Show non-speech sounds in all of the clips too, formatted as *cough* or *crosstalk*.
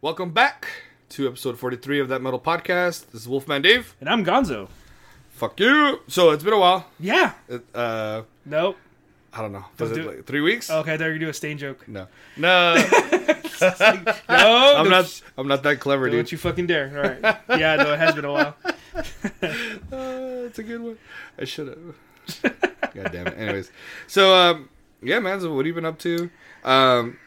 Welcome back to episode 43 of That Metal Podcast. This is Wolfman Dave. And I'm Gonzo. Fuck you. So it's been a while. Yeah. It, uh, Nope. I don't know. Was Don't it do it. Oh. like three weeks? Okay, I thought you were gonna do a stain *laughs* joke. No. No. No, I'm don't- not I'm not that clever, Don't dude. you fucking dare. All *laughs* right. Yeah, no, it has been a while. Uh, it's a good one. I should *laughs* have. God damn it. Anyways. So um yeah, man, so what have you been up to? Um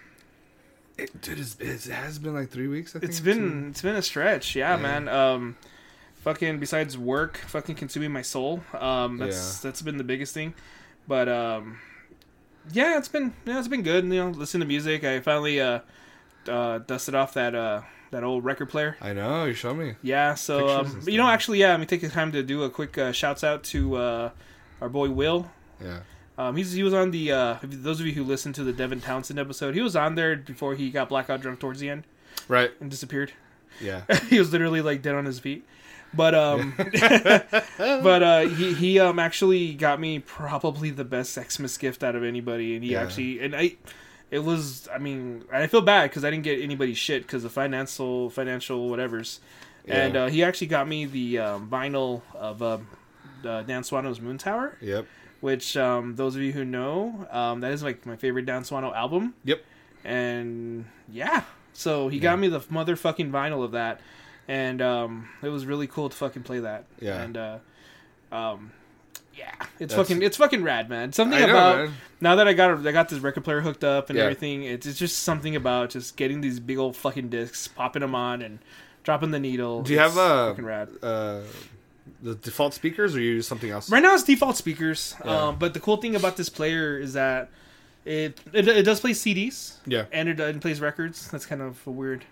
it, dude, it's, it has been like three weeks. I think It's or been it's been a stretch. Yeah, man. Um, fucking besides work, fucking consuming my soul. Um, that's that's been the biggest thing. But um, yeah, it's been yeah, it's been good. You know, listen to music. I finally uh, uh dusted off that uh that old record player. two. I know. You show me. Yeah, so Pictures um, and you know, stuff. actually, yeah, let me take the time to do a quick uh, shouts out to uh, our boy Will. Yeah. Um, he's, he was on the uh, if- those of you who listened to the Devin Townsend episode. He was on there before he got blackout drunk towards the end Right. and disappeared. *laughs* Yeah. he was literally like dead on his feet. But um, *laughs* *laughs* but uh, he he um actually got me probably the best Xmas gift out of anybody, and he Yeah. actually and I. It was, I mean, I feel bad because I didn't get anybody's shit because the financial, financial, whatever's, and Yeah. uh, he actually got me the um, vinyl of um, uh, Dan Swano's Moon Tower, Yep. which um, those of you who know, um, that is like my favorite Dan Swano album Yep. and yeah so he got me the motherfucking vinyl of that and um it was really cool to fucking play that Yeah. and uh um yeah it's That's- fucking it's fucking rad man something I know, about man. now that i got i got this record player hooked up and Yeah. everything it's, it's just something about just getting these big old fucking discs popping them on and dropping the needle Do you have It's uh, fucking rad uh the default speakers or you use something else? Right now it's default speakers, Yeah. um, but the cool thing about this player is that it it, it does play CDs. Yeah. and it, it plays records. That's kind of a weird.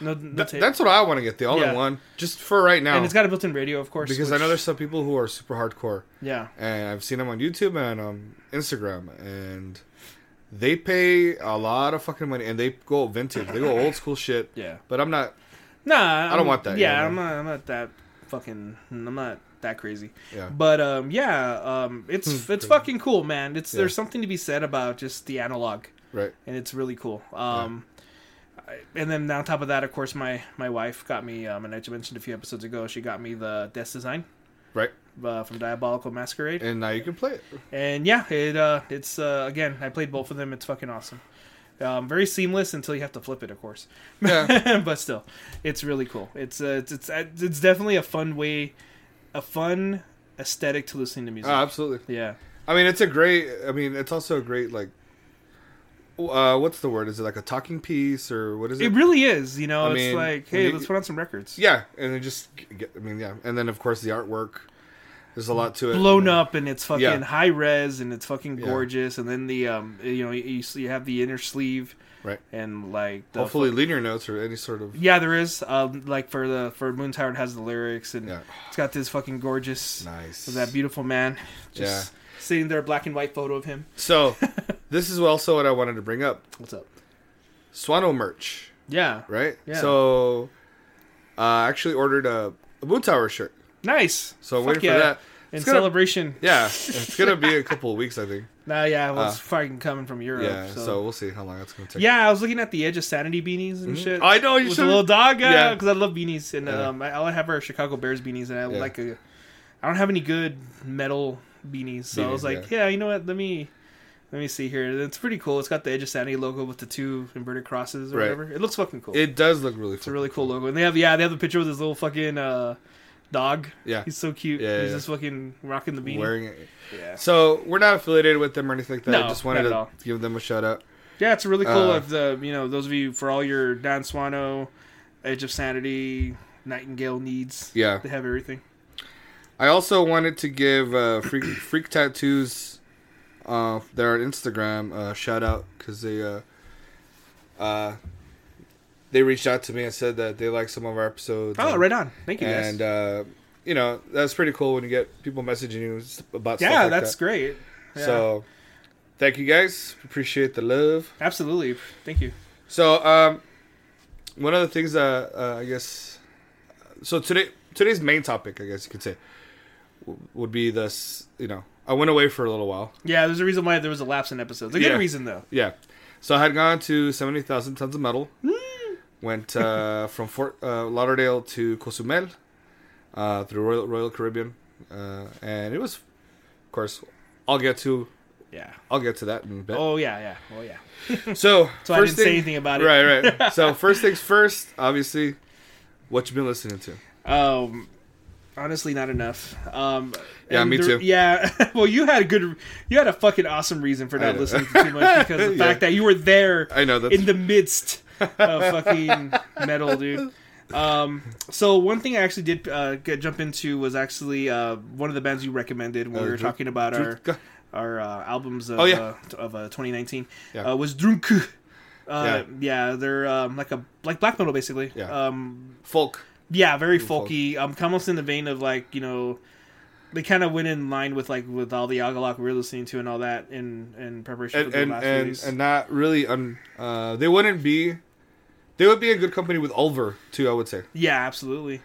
No, no Th- tape. that's what I want to get the all Yeah. in one just for right now. and it's got a built-in radio, of course. because I know there's some people who are super hardcore yeah, and I've seen them on YouTube and on Instagram and they pay a lot of fucking money and they go vintage. They go old school shit. yeah. But I'm not Nah, I'm, don't want that, Yeah, you know? I'm not. I'm not that fucking. I'm not that crazy. yeah. Hmm. But um, yeah, um, it's it's fucking cool, man. It's Yeah. there's something to be said about just the analog. Right. and it's really cool. Um, I- and then on top of that, of course, my my wife got me, um, and I mentioned a few episodes ago, she got me the Death Design Right. uh, from Diabolical Masquerade, And now you can play it. and yeah, it uh, it's uh, again, I played both of them. It's fucking awesome. Um, very seamless until you have to flip it, of course. Yeah. *laughs* but still, it's really cool. It's uh, it's it's it's definitely a fun way, a fun aesthetic to listening to music. Oh, absolutely. yeah, I mean, it's a great. I mean, it's also a great like. Uh, what's the word? Is it like a talking piece or what is it? it really is. You know, I it's mean, like, when hey, you- let's put on some records. yeah, and then just. g- Get, I mean, yeah, and then of course the artwork. There's a lot to it. blown up and it's fucking Yeah. high res and it's fucking Yeah. gorgeous and then the um you know you, you see- you have the inner sleeve Right. and like the Hopefully, linear notes or any sort of. yeah there is um like for the for moon tower it has the lyrics and Yeah. it's got this fucking gorgeous Nice. with that beautiful man just sitting there black and white photo of him *laughs* So, this is also what I wanted to bring up. what's up Swano merch, yeah right? Yeah. So, uh, I actually ordered a, a Moon Tower shirt. nice So I'm Fuck waiting yeah. for that. in It's gonna- celebration Yeah, it's gonna be *laughs* a couple of weeks, I think. nah yeah well, Uh, it's fucking coming from Europe Yeah. so. So, we'll see how long that's gonna take. Mm-hmm. yeah I was looking at the edge of sanity beanies and shit I know you with a should. little dog Yeah. because I love beanies and Yeah. um, I, all I have are Chicago Bears beanies and I Yeah. like a I don't have any good metal beanies so I was Beanies, like yeah. you know what let me let me see here it's pretty cool it's got the Edge of Sanity logo with the two inverted crosses or Right. whatever it looks fucking cool It does look really. it's a really cool logo and they have yeah they have the picture with his little fucking uh, dog Yeah. he's so cute Yeah, he's yeah. just fucking rocking the beanie Wearing it. yeah So we're not affiliated with them or anything like that. I No, just wanted not at to all. give them a shout out. yeah it's really cool Uh, if the you know those of you for all your Don Swano Edge of Sanity Nightingale needs Yeah. they have everything I also wanted to give uh, Freak, *clears throat* Freak Tattoos, uh, they're on Instagram, uh, shout out because they uh, uh, they reached out to me and said that they like some of our episodes. oh and, right on thank you guys. And uh, you know that's pretty cool when you get people messaging you s- about yeah, stuff like that's that. great. Yeah, So thank you guys, appreciate the love. absolutely. Thank you. So um, one of the things that uh, I guess so today today's main topic, I guess you could say, w- would be this. You know, I went away for a little while. Yeah, there's a reason why there was a lapse in episodes. A good Yeah. reason though. Hmm. Yeah, so I had gone to seventy thousand tons of metal. Went uh, *laughs* from Fort uh, Lauderdale to Cozumel uh, through Royal, Royal Caribbean, uh, and it was, of course, I'll get to Yeah. I'll get to that in a bit. Oh yeah, yeah. Oh yeah. So So I didn't say anything about it. Right, *laughs* right. So first things first, obviously, what you been listening to? Um, honestly, not enough. Um, Yeah, and me the- too. Yeah, *laughs* well, you had a good, you had a fucking awesome reason for not know. listening to too much because the *laughs* Yeah. fact that you were there I know that's *laughs* in the midst of fucking metal, dude. Um, so one thing I actually did uh, get, jump into was actually uh, one of the bands you recommended when Uh, we were Dr- talking about our Drunk- our uh, albums of Oh, yeah. uh, t- of uh, 2019 Yeah. uh, was Drunk. Uh, yeah. they're um, like a like black metal basically. Yeah. Um, folk. yeah, very folk. folky. Um, almost in the vein of like you know, they kind of went in line with like with all the Agalock we were listening to and all that in in preparation and for the and last and, release. and not really un, uh they wouldn't be they would be a good company with Ulver too I would *laughs* say yeah, absolutely.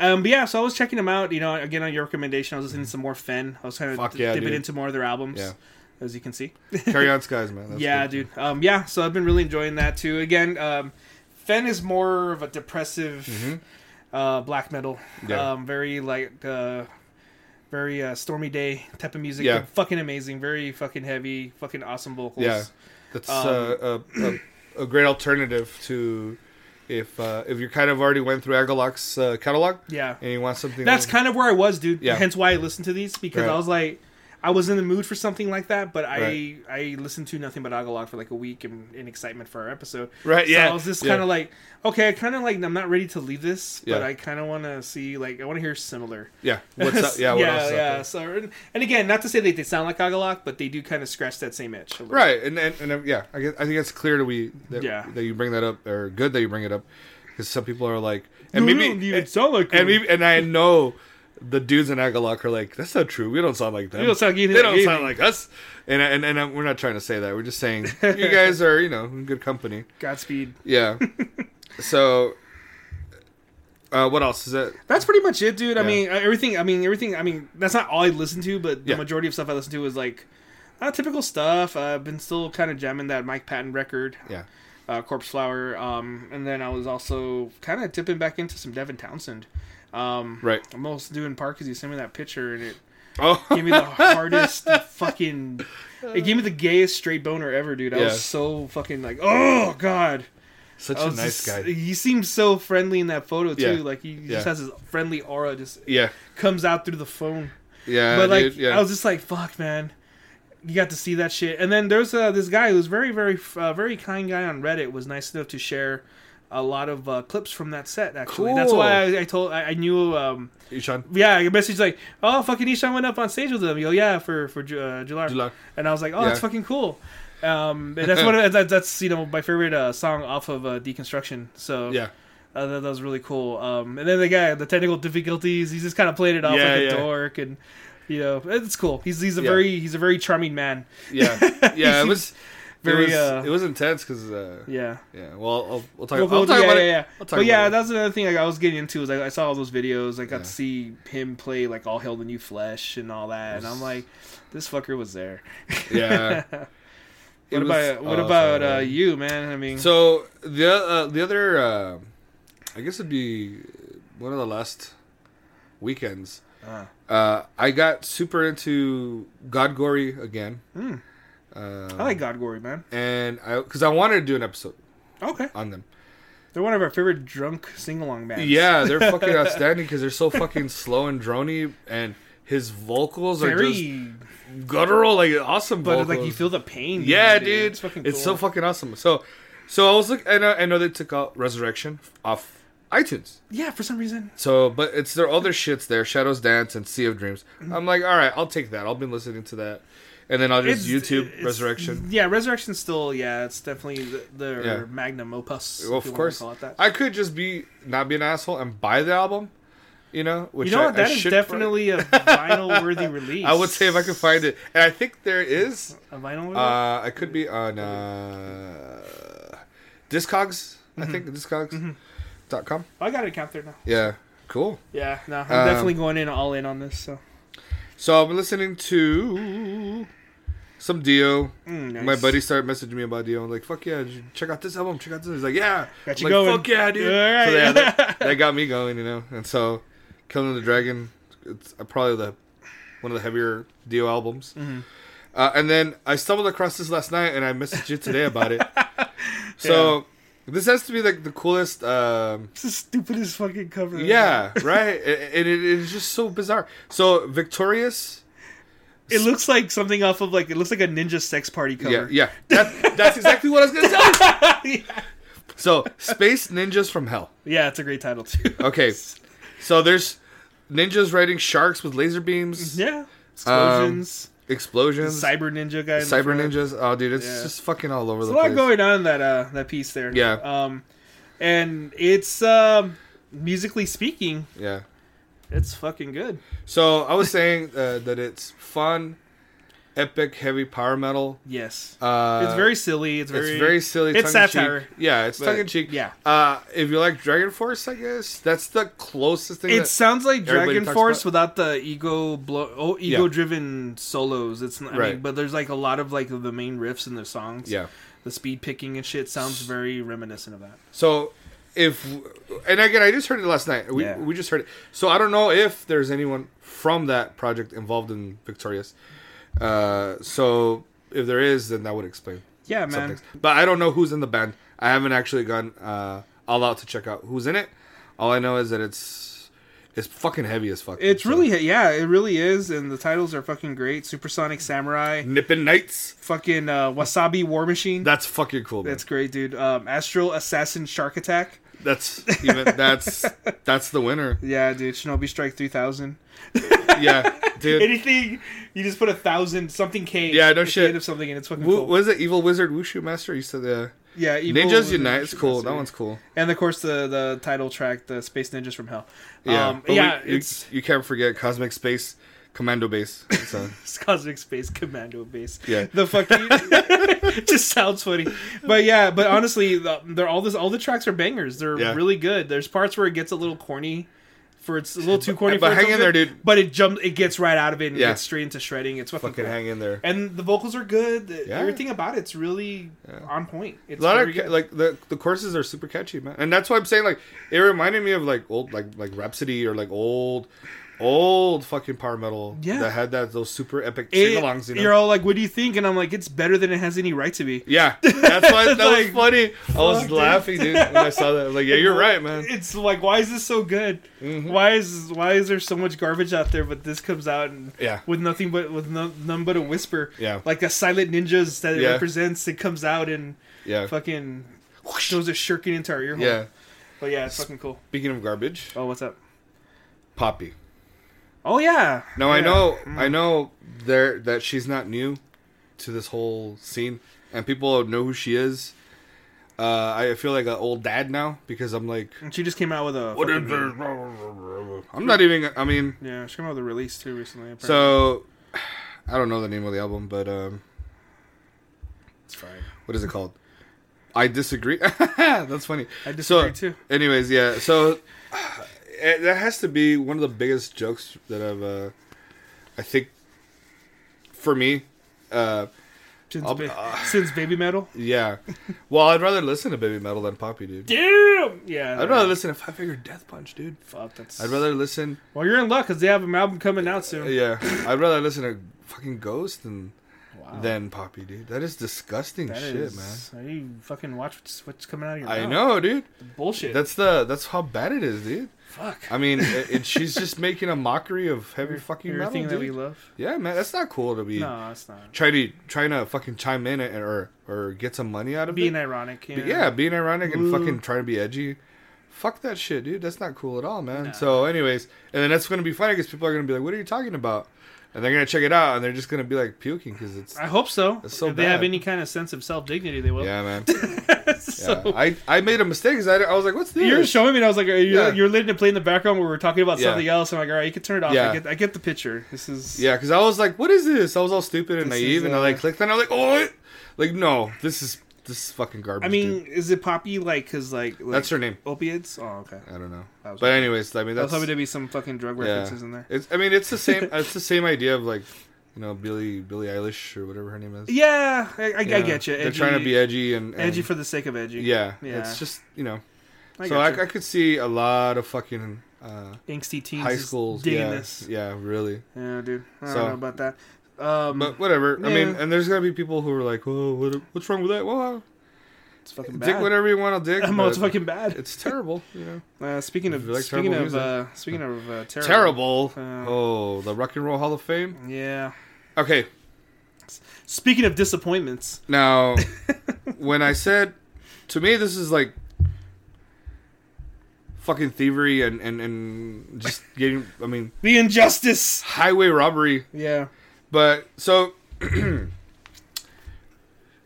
Um, but yeah, so I was checking them out. You know, again on your recommendation, I was listening to some more Fen. I was kind Mm-hmm. Fuck of yeah, dipping dude. into more of their albums, Yeah. as you can see. Carry On Skies man That's yeah, good. dude. Um, yeah, so I've been really enjoying that too. Again, um, Fen is more of a depressive uh, black metal. Mm-hmm. Yeah. Um, very like uh, very uh, stormy day type of music. Yeah. Fucking amazing. Very fucking heavy. Fucking awesome vocals. yeah that's Um, uh, a, a, a great alternative to if uh, if you kind of already went through Agalloch's uh, catalog Yeah. and you want something That's kind of where I was, dude. Yeah. Hence why I listened to these because Right. I was like, I was in the mood for something like that, but Right. I I listened to nothing but Agalog for like a week in, in excitement for our episode. Right, So Uh, yeah, I was just yeah. kind of like, okay, I kind of like I'm not ready to leave this, but Yeah. I kind of want to see like I want to hear similar. yeah what's *laughs* up yeah what yeah, else is out yeah. there? So and, and again, not to say that they sound like Agalog, but they do kind of scratch that same itch. a little right and and, and uh, yeah I, guess, I think it's clear that we that, Yeah. that you bring that up or good that you bring it up because some people are like bit. and No, maybe no, you don't sound like and them. we and I know the dudes in Agalock are like, that's not true. We don't sound like them. We don't sound anything they don't like sound like us. And I- and and I, we're not trying to say that. We're just saying *laughs* you guys are you know in good company. Godspeed. *laughs* Yeah. so, uh, what else is it? That's pretty much it, dude. I Yeah. mean, uh, everything. I mean, everything. I mean, that's not all I listen to, but the Yeah. majority of stuff I listen to is like uh, typical stuff. Uh, I've been still kind of jamming that Mike Patton record, Yeah. uh, Corpse Flower, um, and then I was also kind of dipping back into some Devin Townsend. Um, Right. I'm almost doing part because you sent me that picture and it Oh. *laughs* gave me the hardest fucking. It gave me the gayest straight boner ever, dude. I Yeah. was so fucking like, oh god. Such I a was nice just- guy. He seems so friendly in that photo too. Yeah. Like he Yeah. just has his friendly aura just Yeah. comes out through the phone. Yeah. But like, Uh, dude, yeah. I was just like, "Fuck, man." You got to see that shit. And then there's uh, this guy who's very, very, uh, very kind guy on Reddit was nice enough to share a lot of uh, clips from that set. Actually, that's Cool. why I, I told I, I knew. Um, Ishan. yeah, I messaged like, "Oh, fucking Ishan went up on stage with them." Yo, yeah, for for Ju- uh, July. Jular. And I was like, "Oh, Yeah. that's fucking cool." Um, and that's *laughs* one of that, that's you know my favorite uh, song off of uh, Deconstruction. So Yeah. I thought that was really cool. Um, and then the guy, the technical difficulties, he's just kind of played it off Yeah, like yeah. a dork, and you know, it's cool. He's he's a Yeah. very he's a very charming man. *laughs* Yeah. Yeah. It He was. very, it was, uh, it was intense because uh, yeah. Yeah. well I'll, I'll talk, Vocal- I'll talk yeah, about yeah, it yeah. I'll talk But yeah, about it. that's another thing like, I was getting into is like, I saw all those videos. I got Yeah. to see him play like "All Hail the New Flesh" and all that, and I'm like, this fucker was there. yeah *laughs* It What was Oh, about what awesome, about uh, man. you, man? I mean, So the uh, the other, uh, I guess it'd be one of the last weekends. uh, Uh, I got super into God Gory again. Uh, hmm, I like God Gory, man. and I because I wanted to do an episode Okay, on them. they're one of our favorite drunk sing along bands. Yeah, they're *laughs* fucking outstanding because they're so fucking slow and drony, and his vocals are just very, guttural, like awesome. but vocals. like you feel the pain. Yeah, behind it. dude, It's fucking. It's so cool. fucking awesome. So, so I was like, I know, I know they took out Resurrection off iTunes. Yeah, for some reason. So, but it's their other shits there, Shadows Dance and Sea of Dreams. I'm like, all right, I'll take that. I've been listening to that, and then I'll just YouTube it's- Resurrection. Yeah, Resurrection still, yeah, it's definitely the, their Yeah. magnum opus. Well, if you of wanna course, Call it that. I could just be not be an asshole and buy the album. You know, which you know I, what? That I is should definitely a *laughs* vinyl worthy release. probably- I would say if I could find it, and I think there is. A vinyl worthy? Uh, I could be on uh, Discogs. I think Discogs. Dot com. Oh, I got it count there now. Yeah, cool. Yeah, no, I'm Um, definitely going in all in on this. So So I've been listening to some Dio. Mm, nice. My buddy started messaging me about Dio. I'm like, fuck yeah, dude, check out this album. Check out this. He's like, yeah. Got I'm you like, going. Fuck yeah, dude. All right. So yeah, *laughs* that, that got me going, you know. And so, Killing the Dragon, it's uh, probably the one of the heavier Dio albums. Mm-hmm. Uh, and then I stumbled across this last night, and I messaged you today about *laughs* it. So this has to be like the coolest. Um, It's the stupidest fucking cover. yeah, right. *laughs* And it, it is just so bizarre. So victorious. It looks like something off of like it looks like a ninja sex party Yeah, cover. yeah. That, that's exactly what I was gonna tell you. Yeah, *laughs* yeah. So space ninjas from hell. it's a great *laughs* title too. Okay, so there's ninjas riding sharks with laser beams, yeah. Explosions. explosions, Um, cyber, Mm-hmm. cyber ninja guy. in the front. ninjas. Oh, dude, it's Yeah. just fucking all over There's the a lot place. going on in that uh that piece there. Yeah. Um and it's um musically speaking, yeah. it's fucking good. So I was saying uh, that it's fun, epic, heavy power metal. Yes. Uh, it's very silly. It's very it's very silly. it's tongue in cheek. satire, Yeah, it's but- tongue in cheek. yeah. Uh, if you like Dragon Force, I guess that's the closest thing. It It's sounds like everybody Dragon talks Force about- without the ego blow, oh, ego-driven solos. It's not, I mean, Right. but there's like a lot of like the main riffs in the songs. yeah. the speed picking and shit sounds very reminiscent of that. So if and again, I just heard it last night. We Yeah. we just heard it. So I don't know if there's anyone from that project involved in Victorious. Uh, so if there is, then that would explain Yeah, some man. things. But I don't know who's in the band. I haven't actually gone uh, all out to check out who's in it. All I know is that it's it's fucking heavy as fuck. It's So- really yeah, it really is, and the titles are fucking great. Supersonic Samurai, Nippin' Knights. fucking uh, Wasabi War Machine. That's fucking cool. Man. That's great, dude. Um, Astral Assassin Shark Attack. That's even *laughs* that's that's the winner. Yeah, dude. Shinobi Strike Three Thousand. Yeah, dude. Anything you just put a thousand something K. Yeah, no at the shit. end of something, and it's fucking Who cool. was it? Evil Wizard Wushu Master. You said uh, the yeah, Evil Ninjas Within Unite. It's Shoot cool. Master. Um, That one's cool. And of course, the the title track, the Space Ninjas from Hell. Yeah, um, but we- yeah. you, it's you can't forget Cosmic Space Commando Base. *laughs* So, Cosmic Space Commando Base. Yeah. *laughs* The fucking *laughs* just sounds funny, but yeah. But honestly, the, they're all this. All the tracks are bangers. They're Yeah. really good. There's parts where it gets a little corny. For it's a little too corny. But for its hang own in good, there, dude. But it jumps. It gets right out of it and Yeah. gets straight into shredding. It's fucking, fucking cool. hang in there. And the vocals are good. The- Yeah. Everything about it's really on point. It's A lot very of ca- good. like the the courses are super catchy, man, and that's why I'm saying like it reminded me of like old like like Rhapsody or like old old fucking power metal Yeah. that had that those super epic It- sing-alongs. You know? You're all like, "What do you think?" And I'm like, "It's better than it has any right to be." yeah, that's why *laughs* that was Like, funny. I was fuck, dude. laughing, dude, when I saw that. I was like, yeah, you're right, man. *laughs* It's like, why is this so good? Mm-hmm. Why is why is there so much garbage out there? But this comes out and Yeah. with nothing but with no, none but a whisper. Yeah. like the silent ninjas that it Yeah. represents. It comes out and Yeah, fucking throws a shirking into our ear hole. yeah. but yeah, it's fucking cool. Speaking of garbage, Oh, what's up? Poppy. Oh yeah. Now I Yeah. Hmm. know I know there that she's not new to this whole scene, and people know who she is. Uh, I feel like an old dad now because I'm like, And she just came out with a. what is fucking- this? I'm not even. I mean, Yeah, she came out with a release too recently. apparently. so *sighs* I don't know the name of the album, but um, it's fine. what is it called? I disagree. *laughs* That's funny. I disagree, too. Anyways, yeah. So *sighs* it, that has to be one of the biggest jokes that I've, uh, I think, for me. Uh, Since, I'll- ba- uh, since baby metal. Yeah. Well, I'd rather listen to baby metal than poppy, dude. Damn. Yeah. I'd rather listen to Five Finger Death Punch, dude. Fuck. That's. I'd rather listen. Well, you're in luck because they have an album coming out soon. Yeah, I'd rather listen to fucking Ghost than Wow. than Poppy, dude. That is disgusting That shit, is- man. Are you fucking watch what's, what's coming out of your I mouth? know, dude. Bullshit. That's the that's how bad it is, dude. fuck. I mean, it, it, she's just making a mockery of heavy fucking metal, Everything that we dude. love. Yeah, man, that's not cool to be No, it's not. trying to trying to fucking chime in and, or or get some money out of Being it. ironic. Yeah. But yeah, being ironic and Ooh. fucking trying to be edgy. Fuck that shit, dude. That's not cool at all, man. So, anyways, and then that's going to be funny because people are going to be like, "What are you talking about?" And they're going to check it out, and they're just going to be like puking because it's I hope so. It's so if they have bad. any kind of sense of self dignity, they will. *laughs* yeah, man. so, Yeah. I I made a mistake because I, I was like, "What's this?" You're showing me, and I was like, "You're, Yeah. you're letting it play in the background where we're talking about Yeah. something else." I'm like, "All right, you can turn it off. I Yeah. get, I get the picture. This is yeah, because I was like, "What is this?" I was all stupid and This naive, is, and I like uh, clicked, and I was like, "Oh, it-" like no, this is this is fucking garbage." I mean, dude. is it Poppy like? Cause like, like that's her name. Opiates. Oh, okay. I don't know, That was- but anyways, I mean, I was that's hoping there'd be some fucking drug yeah. references in there. *laughs* It's I mean, it's the same. it's the same idea of like you know Billy Billie Eilish or whatever her name is. Yeah, I, I, I Yeah. get you. They're trying to be edgy and, and edgy for the sake of edgy. yeah, Yeah. It's just you know. I so got I, you. I could see a lot of fucking uh, angsty teens high is schools. digging Yeah, this. yeah, really. Yeah, dude. I don't So- know about that. Um, But whatever. I mean, Yeah. and there's gonna be people who are like, "Whoa, what, what's wrong with that?" Well, it's fucking I'll bad. dig *laughs* whatever you want. to dig. Well, it's but fucking bad. It's terrible. You know, Uh, speaking If of you like speaking terrible of music. uh, speaking of uh, *laughs* terrible. terrible. Uh, oh, the Rock and Roll Hall of Fame. Yeah. Okay, Speaking of disappointments. *laughs* now when I said to me, this is like fucking thievery and and and just getting. I mean, The injustice. highway robbery. Yeah. But so *clears throat*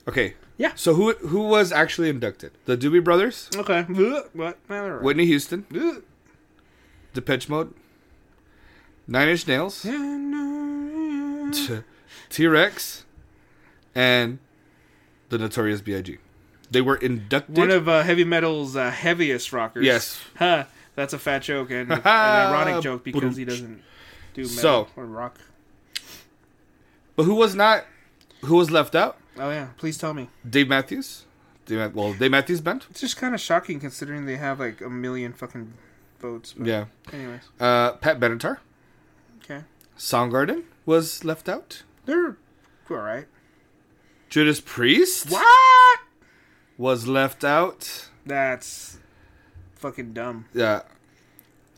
Okay. Yeah. So who who was actually inducted? The Doobie Brothers, Okay. Ugh, What? Nah, they're all right. Whitney Houston, Ugh. Depeche Mode, Nine Inch Nails, Yeah, no, yeah. *laughs* T Rex, and the Notorious B.I.G. They were inducted. One of uh, heavy metal's uh, heaviest rockers. yes. Huh. That's a fat joke *laughs* and an ironic joke because he doesn't do metal So- or rock. But who was not? Who was left out? Oh yeah, please tell me. Dave Matthews. Dave, Ma- well, Dave Matthews Band. It's just kind of shocking considering they have like a million fucking votes. But Yeah. Anyways, Uh, Pat Benatar. okay. Soundgarden was left out. They're all right. Judas Priest. What? was left out. That's fucking dumb. Yeah.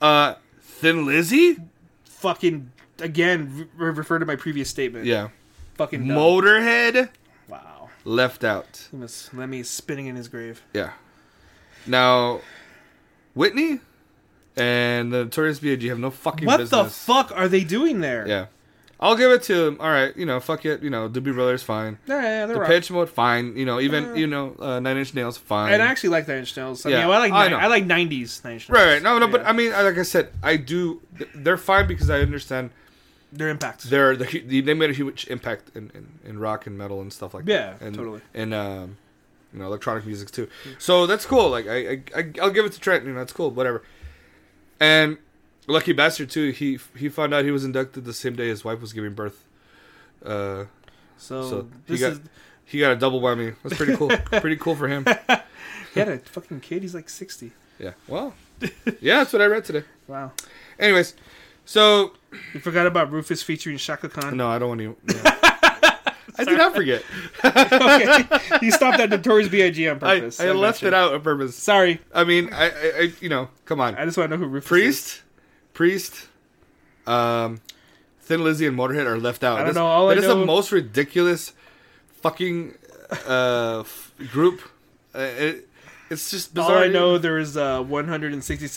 Uh, Thin Lizzy. Fucking again. Re- refer to my previous statement. Yeah. Fucking dumb. Motorhead wow. left out. He must- Lemmy is spinning in his grave. Yeah. Now, Whitney and the Notorious B.I.G. have no fucking What business. the fuck are they doing there? Yeah. I'll give it to him. All right, you know, fuck it. You know, Doobie Brothers, fine. yeah, yeah they're The all right. pitch mode, fine. You know, even Uh, you know, uh, Nine Inch Nails, fine. And I actually like Nine Inch Nails. I Yeah, mean, I like I ni- know. I, like nineties Nine Inch Nails. right, right, no, no, but Yeah. I mean, like I said, I do. th- They're fine because I understand their impact. they're the, hu- they made a huge impact in, in, in rock and metal and stuff like Yeah, that. and, totally. And um, you know, electronic music too. So that's cool. Like I, I- I I'll give it to Trent. You know, that's cool. Whatever. And lucky bastard too. He he found out he was inducted the same day his wife was giving birth. Uh, So, So, he this got- is he got a double whammy. That's pretty *laughs* cool. pretty cool for him. he had a fucking kid. He's like sixty. Yeah. Well. Yeah, that's what I read today. Wow. Anyways, so You forgot about Rufus featuring *laughs* Shaka Khan. *laughs* no, I don't want to. Yeah. I did not forget. okay. You stopped at Notorious B.I.G. on I, purpose. I left it out on purpose. Sorry. I mean, I, I, I you know, come on. I just want to know who Rufus is. Priest, Priest, um, Thin Lizzy and Motorhead are left out. I don't That's- know, all that I is know- the most ridiculous fucking uh, f- group. Uh, it, it's just All bizarre. I know, there is uh,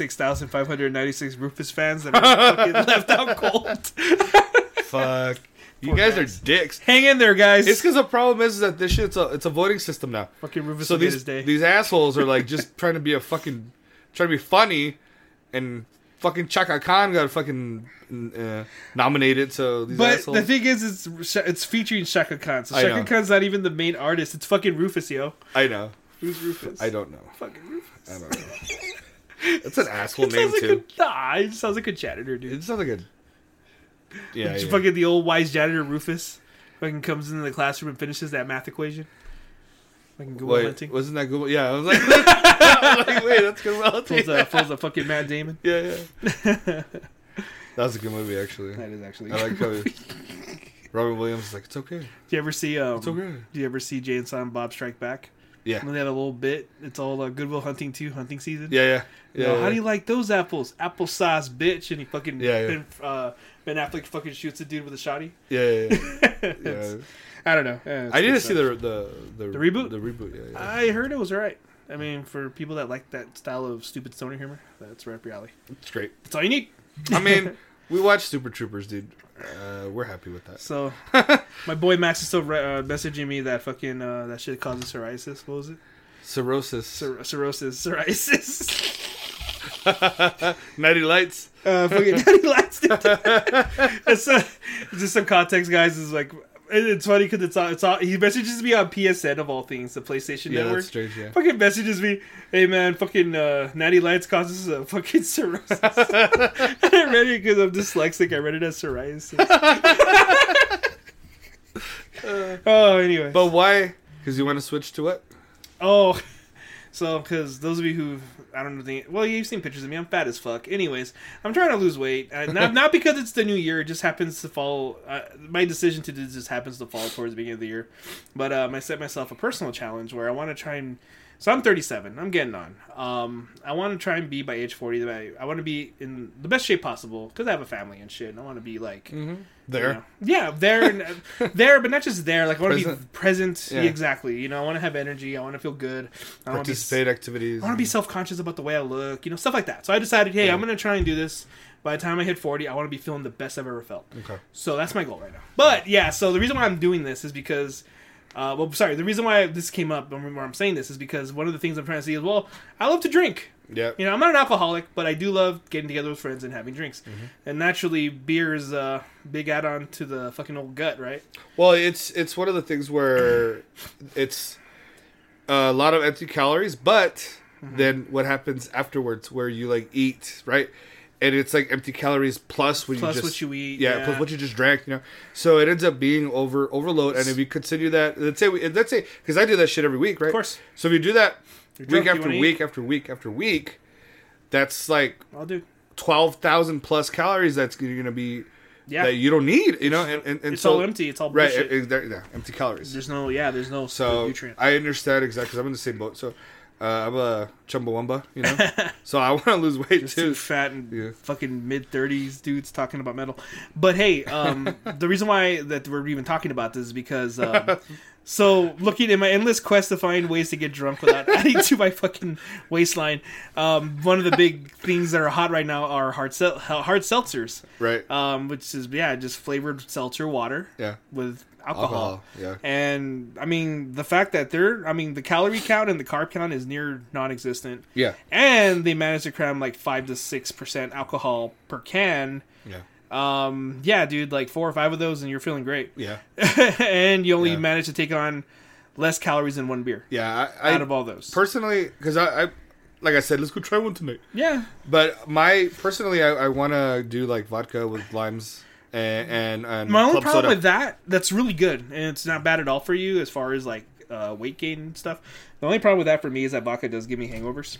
166,596 Rufus fans *laughs* that are fucking left out cold. *laughs* Fuck. you Poor guys guys. are dicks. Hang in there, guys. It's because the problem is that this shit's a it's a voting system now. fucking Rufus So will get these his day. these assholes are like just *laughs* trying to be a fucking trying to be funny, and fucking Chaka Khan got fucking uh, nominated. So these but assholes. the thing is, it's it's featuring Shaka Khan. So I Shaka know. Khan's not even the main artist. It's fucking Rufus, yo. I know. Who's Rufus? I don't know. Fucking Rufus. *laughs* I don't know. It's an asshole It sounds name like too. a, nah, it sounds like a janitor, dude. It sounds like a yeah. Just yeah. Fucking the old wise janitor Rufus fucking comes into the classroom and finishes that math equation. Fucking Google wait, hunting. wasn't that Google? Yeah, I was like, *laughs* I was like, wait, that's good. *laughs* Pulls a, pulls a fucking Matt *laughs* Damon. Yeah, yeah. That was a good movie actually. That is actually. I like how Robin Williams is like, it's okay, Do *laughs* you ever see? Um, it's okay. Do you ever see Jay and Silent Bob Strike Back? Yeah. When they had a little bit, it's all uh, Goodwill Hunting too, hunting season. Yeah, yeah, You yeah. know, yeah. How do you like those apples? Applesauce, bitch! And he fucking Yeah, yeah. Ben, uh, ben Affleck fucking shoots a dude with a shotty. yeah, *laughs* yeah, yeah. yeah. It's- I don't know. Yeah, it's I need good to see stuff. the, the the The reboot? The reboot. Yeah, yeah. I heard it was alright. I mean, for people that like that style of stupid stoner humor, that's right up your alley. it's great. That's all you need. I mean, we watched Super Troopers, dude. Uh, we're happy with that. *laughs* So, my boy Max is still re- uh, messaging me that fucking uh, that shit causes psoriasis. What was it? Cirrhosis, Psor- cirrhosis, psoriasis. *laughs* Nighty Lights. uh, fucking *laughs* Daddy likes it. It's, uh, just some context, guys. Is like it- it's funny because it's on, it's on, he messages me on PSN of all things, the PlayStation Yeah, Network. that's strange. Yeah. Fucking messages me, hey man, fucking uh, Natty Lights causes a fucking cirrhosis. *laughs* *laughs* I read it because I'm dyslexic. I read it as psoriasis. *laughs* oh, anyway. But why? Because you want to switch to what? Oh, *laughs* so because those of you who I don't know, think, well, you've seen pictures of me. I'm fat as fuck. Anyways, I'm trying to lose weight. Uh, not not because it's the new year. It just happens to fall. Uh, my decision to do this just happens to fall towards the beginning of the year. But um, I set myself a personal challenge where I want to try and. So I'm 37. I'm getting on. Um, I want to try and be by age 40. that I, I want to be in the best shape possible because I have a family and shit. And I want to be like There. you know. Mm-hmm. Yeah, there, *laughs* and, uh, there, but not just there. Like I want to be Present. present. Yeah. Exactly. You know, I want to have energy. I want to feel good. I want to be. Participate activities. I want to be self conscious about the way I look. You know, stuff like that. So I decided, hey, I'm gonna try and do this. By the time I hit 40, I want to be feeling the best I've ever felt. Okay. So that's my goal right now. But yeah, so the reason why I'm doing this is because, uh, well, sorry, the reason why this came up and why I'm saying this is because one of the things I'm trying to see is, well, I love to drink. Yeah. You know, I'm not an alcoholic, but I do love getting together with friends and having drinks. Mm-hmm. And naturally, beer is a big add on to the fucking old gut, right? Well, it's it's one of the things where it's a lot of empty calories, but Mm-hmm. then what happens afterwards where you like eat, right? And it's like empty calories plus what Plus you just what you eat, yeah, yeah. plus what you just drank, you know. So it ends up being over overload. And if you continue that, let's say we, let's say because I do that shit every week, right? Of course. So if you do that drunk, week you after wanna week after week after week, that's like I'll do. twelve thousand plus calories that's you're gonna be Yeah. that you don't need, you know. And, and, and it's so all empty. It's all right? bullshit. e- exact- yeah, empty calories. there's no, yeah, there's no So nutrient. I understand exactly. 'cause I'm in the same boat. So uh, I'm a Chumbawamba, you know. *laughs* so I want to lose weight Just too. two fat and Yeah. fucking mid thirties dudes talking about metal. But hey, um, *laughs* the reason why that we're even talking about this is *laughs* because um, so looking in my endless quest to find ways to get *laughs* drunk without adding to my fucking waistline, um, one of the big things that are hot right now are hard sel- hard seltzers, Right. um, which is yeah, just flavored seltzer water yeah. with Alcohol. alcohol. Yeah. And I mean the fact that they're I mean the calorie count and the carb count is near non-existent Yeah. and they managed to cram like five to six percent alcohol per can. Yeah. Um, yeah, dude, like four or five of those, and you're feeling great. Yeah. *laughs* and you only Yeah. manage to take on less calories than one beer Yeah. I, I out of all those. personally, because I, I, like I said, let's go try one tonight. yeah, But my personally, I, I want to do like vodka with limes and and, and my only club problem soda. with that that's really good, and it's not bad at all for you as far as like uh, weight gain and stuff. The only problem with that for me is that vodka does give me hangovers.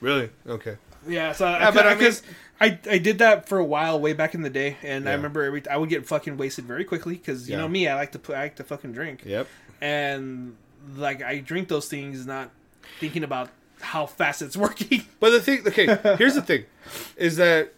really okay. Yeah, so I, Yeah, but I mean- because I, I did that for a while way back in the day, and I Yeah. remember every I would get fucking wasted very quickly because you Yeah. know me, I like to put I like to fucking drink. Yep. and like I drink those things not thinking about how fast it's *laughs* working. But the thing, *laughs* okay, here's the thing, is that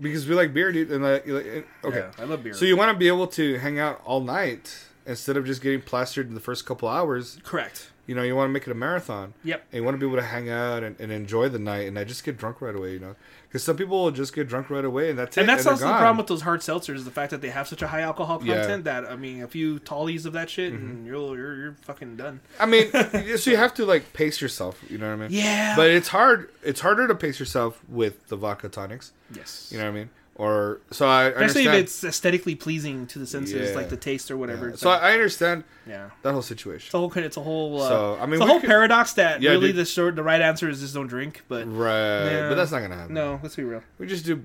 because we like beer, dude, and like, you like okay, I love beer. So you want to be able to hang out all night instead of just getting plastered in the first couple hours. correct? You know, you want to make it a marathon. Yep. And you want to be able to hang out and, and enjoy the night and not just get drunk right away, you know. Because some people will just get drunk right away and that's it. And that's they're also the gone. problem with those hard seltzers: the fact that they have such a high alcohol Yeah. Mm-hmm. content that I mean, a few tallies of that shit, and you're, you're you're fucking done. I *laughs* mean, so you have to like pace yourself, you know what I mean? Yeah. But it's hard. It's harder to pace yourself with the vodka tonics, yes, you know what I mean? Or, so I especially understand. if it's aesthetically pleasing to the senses, Yeah. like the taste or whatever. Yeah. It's So like- I I understand yeah. that whole situation. It's a whole. It's a whole. Uh, So, I mean, it's a we whole could- paradox that Yeah, really dude. the short, the right answer is just don't drink. But Right. Yeah. But that's not going to happen. no, let's be real. We just do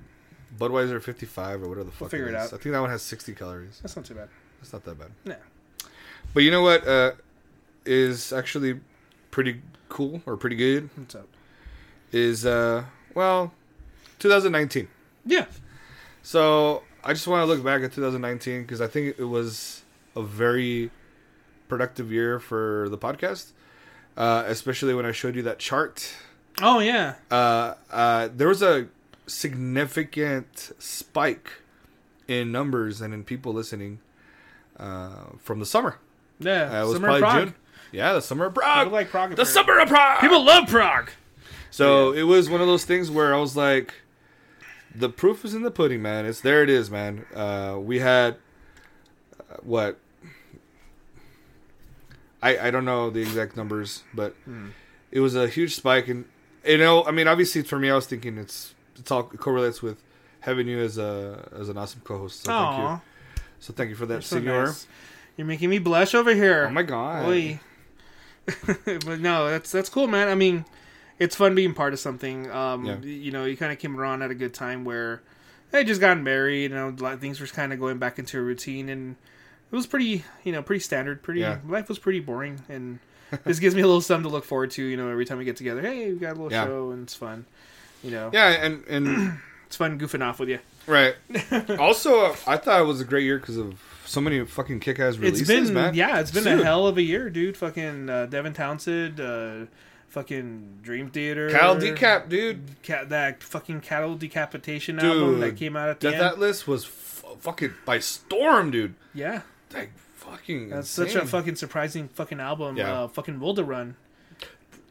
Budweiser 55 or whatever the fuck. figure it is. out. I think that one has 60 calories. That's not too bad. That's not that bad. No. But you know what uh, is actually pretty cool or pretty good What's up? is uh, well, 2019. Yeah. So I just want to look back at 2019 because I think it was a very productive year for the podcast, uh, especially when I showed you that chart. Oh yeah. uh, uh, there was a significant spike in numbers and in people listening uh, from the summer. Yeah. Uh, it was Summer in probably Prague. June. Yeah, the summer of People Prague. like Prague. the apparently. summer of Prague. People love Prague. so it was one of those things where I was like, the proof is in the pudding, man. It's there. It is, man. Uh, we had uh, what? I I don't know the exact numbers, but Hmm. it was a huge spike, and you know, I mean, obviously for me, I was thinking it's it's all it correlates with having you as a as an awesome co-host. So Oh, thank Aw, you. So thank you for that, so senor. nice. You're making me blush over here. Oh my god. Oy. *laughs* but no, that's that's cool, man. I mean, it's fun being part of something. Um, Yeah. you know, you kind of came around at a good time where I had just gotten married, and a lot of things were kind of going back into a routine, and it was pretty you know pretty standard. Pretty Yeah. life was pretty boring, and this gives me a little something to look forward to. You know, every time we get together, hey, we got a little Yeah. show and it's fun. You know, Yeah, and and it's fun goofing off with you. *laughs* right. also, uh, I thought it was a great year because of so many fucking kick-ass releases, it's been man. yeah, it's been a Dude. hell of a year, dude. Fucking uh, Devin Townsend, uh, fucking Dream Theater, Cal Decap, dude. Cat, that fucking cattle decapitation album that Dude, came out at the Death end. Atlas was f- fucking by storm, dude. yeah, Like fucking. that's such a insane. fucking surprising fucking album. Yeah. Uh, fucking Wilder Run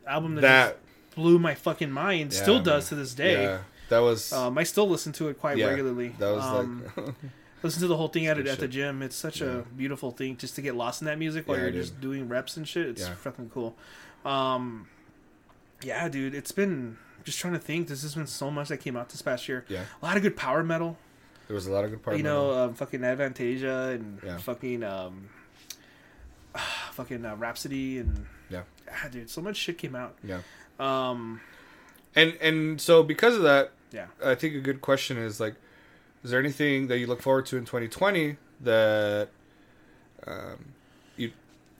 album that, that. just blew my fucking mind. Yeah, Still man. does to this day. Yeah, that was. Um, I still listen to it quite yeah, regularly. That was um, like. listen to the whole thing at it good at the shit. gym. It's such Yeah. a beautiful thing just to get lost in that music while Yeah, you're dude. just doing reps and shit. It's Yeah. fucking cool. Um, yeah, dude, it's been just trying to think. This has been so much that came out this past year. *laughs* yeah, A lot of good power metal, there was a lot of good parts. you know, um, fucking Advantasia and Yeah. fucking um, *sighs* fucking uh, Rhapsody and Yeah. ah, dude, so much shit came out. Yeah. Um, And and so because of that, Yeah. I think a good question is like, is there anything that you look forward to in 2020 that, um, you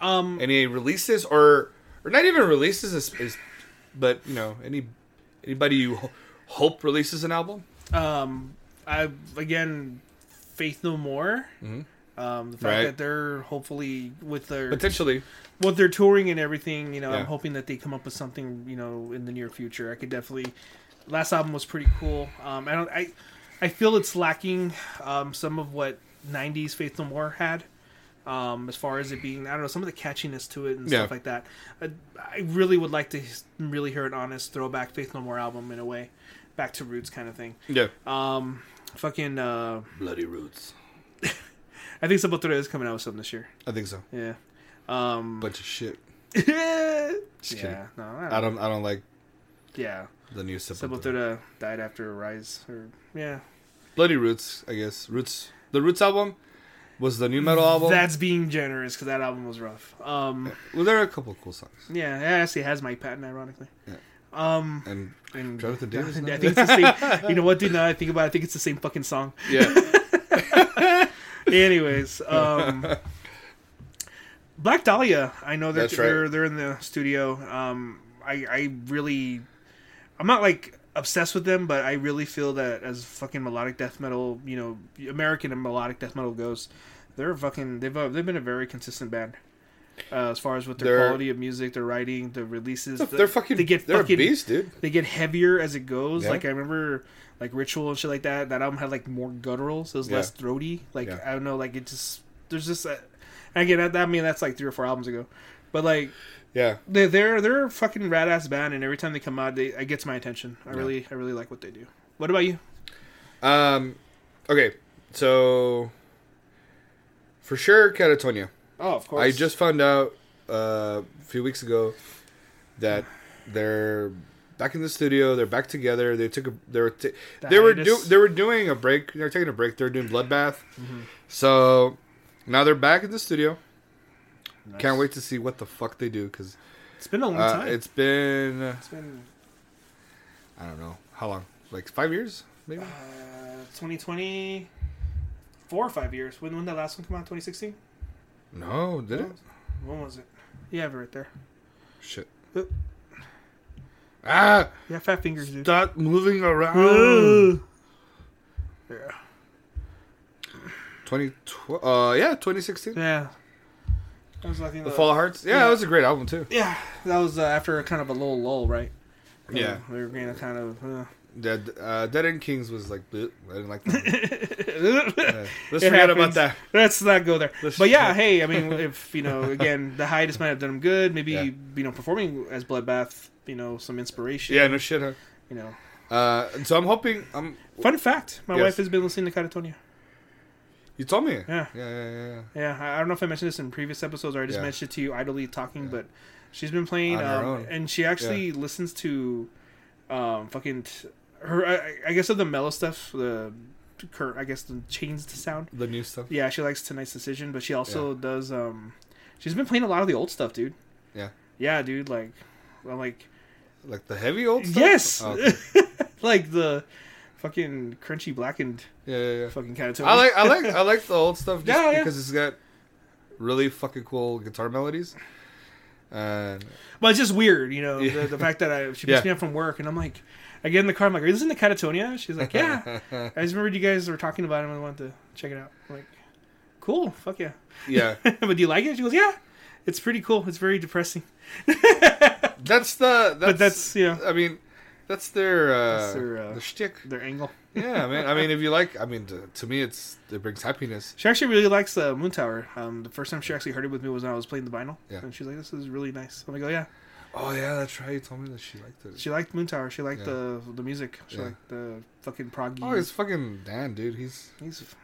um, any releases or or not even releases is, is but you know any anybody you ho- hope releases an album? um, I again, Faith No More. Mhm. Um, the fact Right. that they're hopefully with their Potentially, what they're touring and everything, you know, Yeah. I'm hoping that they come up with something, you know, in the near future. I could definitely. Last album was pretty cool. Um, I don't. I, I feel it's lacking um, some of what '90s Faith No More had, um, as far as it being I don't know some of the catchiness to it and Yeah. stuff like that. I, I really would like to s- really hear an honest throwback Faith No More album in a way, back to roots kind of thing. yeah. Um, fucking. Uh, Bloody roots. I think Sepultura is coming out with something this year. I think so. Yeah. Um, *laughs* Bunch of shit. yeah. kidding. No. I don't, I don't. I don't like Yeah. the new Sepultura. Uh, Sepultura died after Rise, or yeah, Bloody roots. I guess roots. The roots album was the new metal album. that's being generous because that album was rough. Um, well, there are a couple cool songs. yeah, it actually has Mike Patton, ironically. Yeah. Um, And and Jonathan Davis, I no? think it's the same. You know what, dude? Now that I think about, it, I think it's the same fucking song. yeah, *laughs* *laughs* Anyways, um, Black Dahlia. I know that That's right. they're they're in the studio. Um, I I really, I'm not like obsessed with them, but I really feel that as fucking melodic death metal, you know, American and melodic death metal goes, they're fucking they've uh, they've been a very consistent band. Uh, as far as with their They're- quality of music, their writing, the releases, the- they're fucking. they get they're fucking a beast, dude. they get heavier as it goes. Yeah. Like I remember, like ritual and shit like that. That album had like more guttural, so it was Yeah. less throaty. Like Yeah. I don't know, like it just there's just. A, and again, that, I mean that's like three or four albums ago, but like Yeah, they're they're, they're a fucking rad ass band, and every time they come out, they it gets my attention. I Yeah. really I really like what they do. What about you? Um, okay, so for sure, Catatonia. Oh, of course. I just found out uh, a few weeks ago that they're back in the studio. They're back together. They took a they were t- The they were do- hiatus. Mm-hmm. they were doing a break. They're taking a break. They're doing Bloodbath. So now they're back in the studio. Nice. Can't wait to see what the fuck they do because It's been a long uh, time. it's been it's been I don't know how long like five years maybe uh, 2020, four or five years. When when that last one come out? 2016. no did it When was it? You have it right there. shit Oop. ah Yeah, fat fingers, dude. Stop moving around. Ugh. yeah. 2012. Uh, yeah, 2016. Yeah. That was, I think, The the- Fall of Hearts. Yeah, Yeah. that was a great album too. Yeah, that was uh, after kind of a little lull, right? Yeah. we were being a kind of. Uh, Dead, uh, Dead End Kings was like, bleh, I didn't like *laughs* that. Yeah. Let's It forget about happens. that. uh, *laughs* Let's not go there. Let's- but yeah, hey, I mean, if you know, again, the hiatus might have done him good. Maybe Yeah. you know, performing as Bloodbath, you know, some inspiration. Yeah, no shit. Huh? You know, Uh, and so I'm hoping. um, I'm. fun fact: my Yes. wife has been listening to Catatonia. You told me. Yeah. Yeah, yeah, yeah. Yeah, I I don't know if I mentioned this in previous episodes or I just Yeah. mentioned it to you idly talking, Yeah. but she's been playing, On her um, own. and she actually listens to um, fucking t- her. I, I- I guess of the mellow stuff, the cur I guess the chains to sound. The new stuff. Yeah, she likes tonight's decision, but she also does. Um, she's been playing a lot of the old stuff, dude. Yeah. Yeah, dude. Like, I'm like, Like the heavy old stuff? yes, Oh, okay. like the fucking crunchy blackened Yeah, yeah, yeah. *laughs* fucking kind of. *laughs* I like, I like, I like the old stuff just Yeah, yeah. because it's got really fucking cool guitar melodies. And But it's just weird, you know, Yeah. the, the fact that I, she Yeah. picks me up from work and I'm like, I get in the car, I'm like, are you listening to Catatonia? She's *laughs* like, *laughs* yeah. I just remembered you guys were talking about it and I wanted to check it out. I'm like, cool, fuck yeah. *laughs* yeah, but do you like it? She goes, yeah. It's pretty cool. It's very depressing. that's the that's, but that's, you know, I mean, that's their uh, That's their, their, uh, shtick. their angle. Yeah, man. I mean, if you like, I mean, to, to me, it's it brings happiness. She actually really likes the Moon Tower. Um, the first time she actually heard it with me was when I was playing the vinyl. Yeah. And she's like, this is really nice. I'm like, oh, yeah. Oh yeah, that's right. You told me that she liked it. She liked Moon Tower. She liked Yeah. the the music. She Yeah. liked the fucking proggy. oh, it's fucking Dan, dude. He's he's f-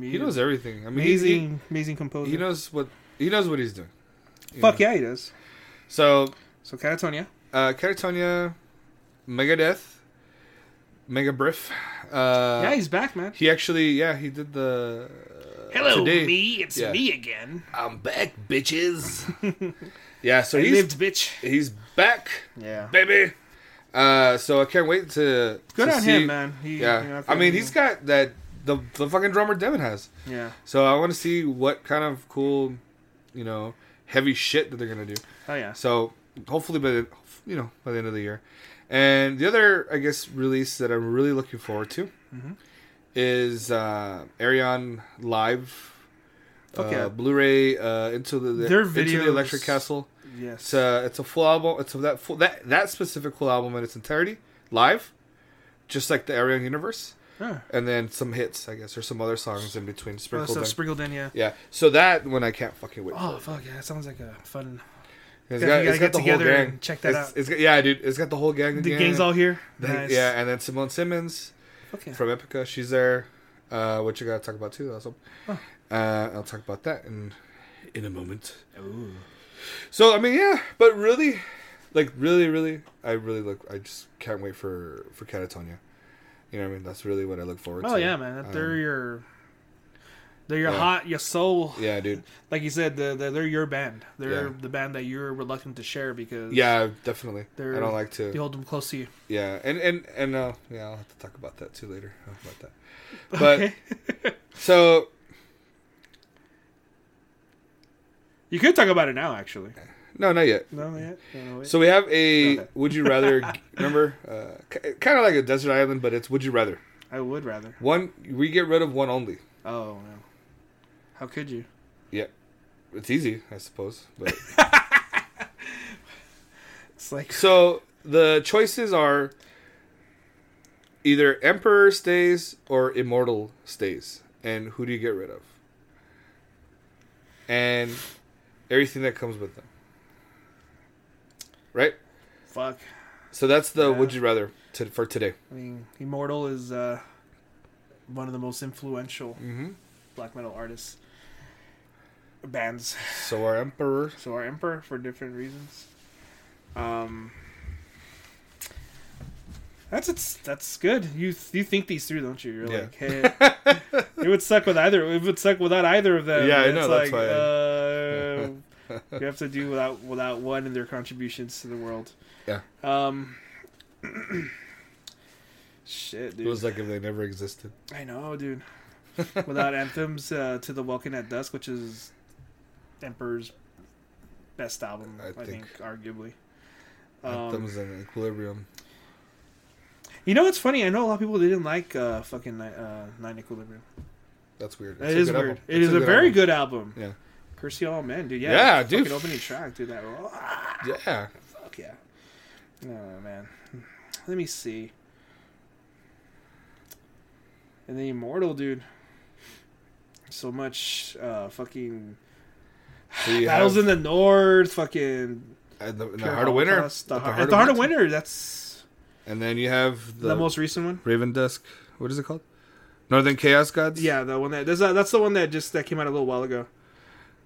he knows everything. I mean, he- amazing, amazing He, composer. he knows what he knows what he's doing. you Fuck know? yeah, he does. So So Catatonia. uh, Catatonia, Megadeth, Megabriff. Uh, yeah, he's back, man. he actually, yeah, he did the. uh, today. me. It's Yeah. again. I'm back, *laughs* bitches. yeah, so I he's lived, bitch. he's back, Yeah. baby. Uh, so I can't wait to Good to on see- him, man. He, Yeah, you know, I mean, fucking- he's got that the the fucking drummer Devin has. yeah. So I want to see what kind of cool, you know, heavy shit that they're gonna do. Oh yeah. So hopefully by the, you know by the end of the year. And the other I guess release that I'm really looking forward to Mhm. is uh Arion Live Fuck uh, yeah. Blu-ray uh, into the, Their into videos- the Electric Castle. Yes. It's a it's a full album. It's that full, that that specific full album in its entirety live, just like the Arion universe, Huh. and then some hits I guess or some other songs in between Oh, sprinkled. stuff in. sprinkled in, yeah. yeah, so that one I can't fucking wait. Oh fuck yeah! That sounds like a fun. It's Guys, got, we gotta it's got get the whole together gang. and check that It's- out. it's got- yeah, dude. It's got the whole gang. The again. gang's all here. They- nice. Yeah, and then Simone Simmons Fuck yeah. from Epica, she's there. Uh, which you gotta talk about too. That's Huh. Uh, I'll talk about that in in a moment. So I mean, yeah, but really, like really, really, I really look. I just can't wait for for Catatonia. You know what I mean? That's really what I look forward Oh to. yeah, man. They're Um, your. They're your yeah. hot, your soul. yeah, dude. Like you said, the, the, they're your band. They're Yeah. the band that you're reluctant to share because Yeah, definitely. They're- I don't like you to. hold them close to you. Yeah, and and and uh, yeah, I'll have to talk about that too later. I'll talk *laughs* About that. But Okay. so *laughs* You could talk about it now, actually. no, not yet. No, yeah. No, wait. So we have a Okay. would you rather. *laughs* g- remember, uh, kind of like a desert island, but it's would you rather. I would rather. One we get rid of one only. Oh no. How could you? It's easy, I suppose. *laughs* But It's like So the choices are either Emperor stays or Immortal stays. And who do you get rid of? And everything that comes with them. Right? fuck. So that's the Yeah. would you rather to, for today. I mean, Immortal is uh, one of the most influential Mm-hmm. black metal artists bands. So our Emperor. So our Emperor for different reasons. Um. That's it's that's good. You you think these through, don't you? You're Yeah. like, hey, it would suck with either. It would suck without either of them. Yeah, I It's know, that's like, why I- *laughs* uh, you have to do without without one and their contributions to the world. Yeah. Um. *clears throat* shit, It dude. was like if they never existed. I know, dude. Without anthems uh, to the Welkin at Dusk, which is Emperor's best album, I I, think, think. arguably. Um, Anthems and Equilibrium. you know what's funny? I know a lot of people didn't like uh, fucking Ni- uh, Nine Equilibrium. That's weird. it is weird. It is a, very good album. Yeah. Curse you all men, dude. Yeah, Yeah, fucking dude. Opening track, dude. That good. Yeah. fuck yeah. Oh man, let me see. And the immortal dude. So much uh, fucking So you battles have- in the north, fucking and the, and the Pure Heart of Winter. Holocaust, The, At heart, at the heart of Winter. winter. That's And then you have the, most recent one. Raven Dusk. What is it called? Northern Chaos Gods. Yeah, the one that that's, that's the one that just that came out a little while ago.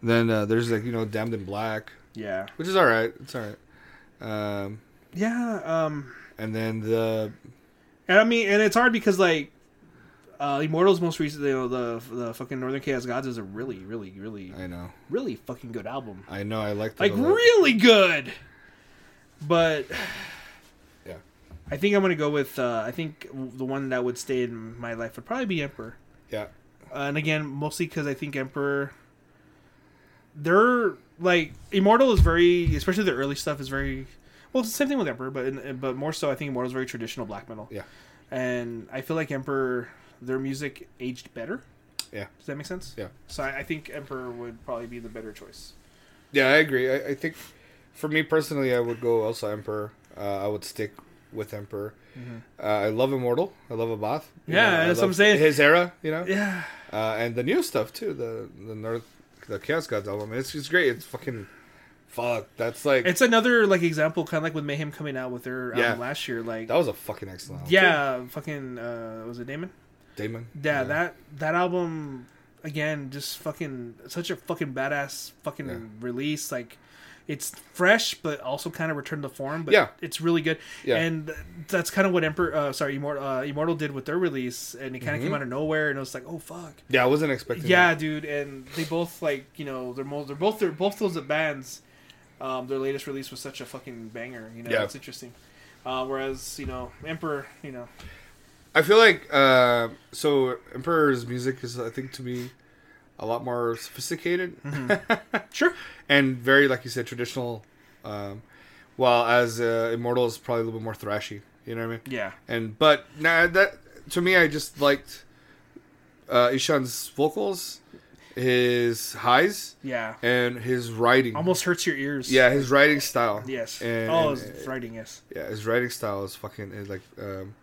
Then uh, there's like you know Damned in Black, Yeah, which is all right. It's all right. Um, yeah. Um, and then the And I mean, and it's hard because like uh, Immortals most recent, you know, the the fucking Northern Chaos Gods is a really, really, really, I know, really fucking good album. I know, I like Like really good. But Yeah. I think I'm gonna go with uh, I think the one that would stay in my life would probably be Emperor. Yeah. Uh, and again, mostly because I think Emperor they're like Immortal is very, especially the early stuff is very. Well, it's the same thing with Emperor, but in, but more so, I think Immortal is very traditional black metal. Yeah. and I feel like Emperor, their music aged better. Yeah. Does that make sense? Yeah. So I, I think Emperor would probably be the better choice. Yeah, I agree. I, I think for me personally, I would go also Emperor. Uh, I would stick with Emperor. Uh, I love Immortal. I love Abath. You Mm-hmm. Yeah, I that's what I'm love saying. His era, you know, Yeah. uh, and the new stuff too. The the North, the Chaos Gods album. It's it's great. It's fucking fuck. That's like It's another like example, kind of like with Mayhem coming out with their album Yeah. last year. Like, that was a fucking excellent. album. yeah, fucking uh, was it Damon? Damon. Yeah, that that album again, just fucking such a fucking badass fucking Yeah. release. Like, it's fresh, but also kind of returned to form. But Yeah. it's really good. Yeah. and th- that's kind of what Emperor, uh, sorry, Immortal, uh, Immortal did with their release, and it kind Mm-hmm. of came out of nowhere, and it was like, oh fuck. Yeah, I wasn't expecting. Yeah, dude, and they both like you know they're mo- they're both they're both those bands. Um, their latest release was such a fucking banger. You know, Yeah. it's interesting. Uh, whereas you know Emperor, you know, I feel like uh, so Emperor's music is I think to me a lot more sophisticated Mm-hmm. sure, and very like you said traditional, um, while as uh, Immortal is probably a little bit more thrashy. You know what I mean? yeah, And but nah, that to me I just liked uh, Ishan's vocals, his highs, yeah, and his writing. almost hurts your ears. Yeah, his writing style. Yes. And, oh, and- it's writing. Yes. yeah, his writing style is fucking is like um,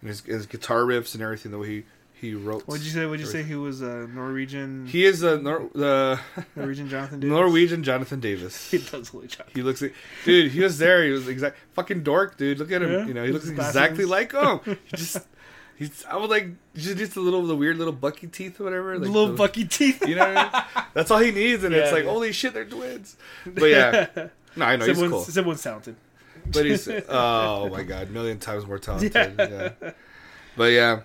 and his, his guitar riffs and everything the way he he wrote. What'd you say? What'd you say? He was a Norwegian. He is the Nor- the *laughs* Norwegian Jonathan. Davis? Norwegian Jonathan Davis. *laughs* He does look like Jonathan. He looks like, dude. He was there. He was exact fucking dork, dude. Look at him. Yeah, you know, he looks his glasses. exactly like him. He just, he's. I would like just just a little the weird little bucky teeth or whatever. Like little the- bucky teeth. You know, what I mean? that's all he needs, and it's Yeah, like, yeah. holy shit, they're twins. But *laughs* yeah, no, I know Except he's one's, cool. except one's talented. But he's oh my god, million times more talented. Yeah. But yeah.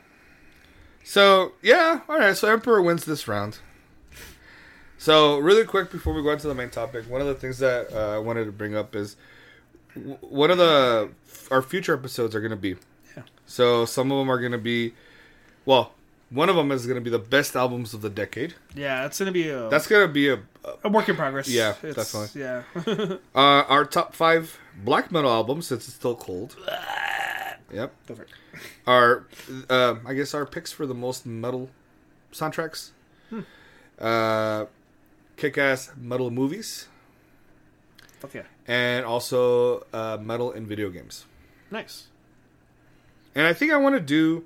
So yeah, all right. So Emperor wins this round. So really quick before we go into the main topic, one of the things that uh, I wanted to bring up is w- one of the our future episodes are going to be. Yeah. So some of them are going to be, well, one of them is going to be the best albums of the decade. Yeah, it's gonna be a That's going to be a a work in progress. Yeah, It's- definitely. Yeah. *laughs* uh, our top five black metal albums since it's still cold. Yep. Go for it. our uh, I guess our picks for the most metal soundtracks. Hmm. Uh, kick-ass metal movies Fuck yeah. and also uh, metal in video games. Nice. And I think I want to do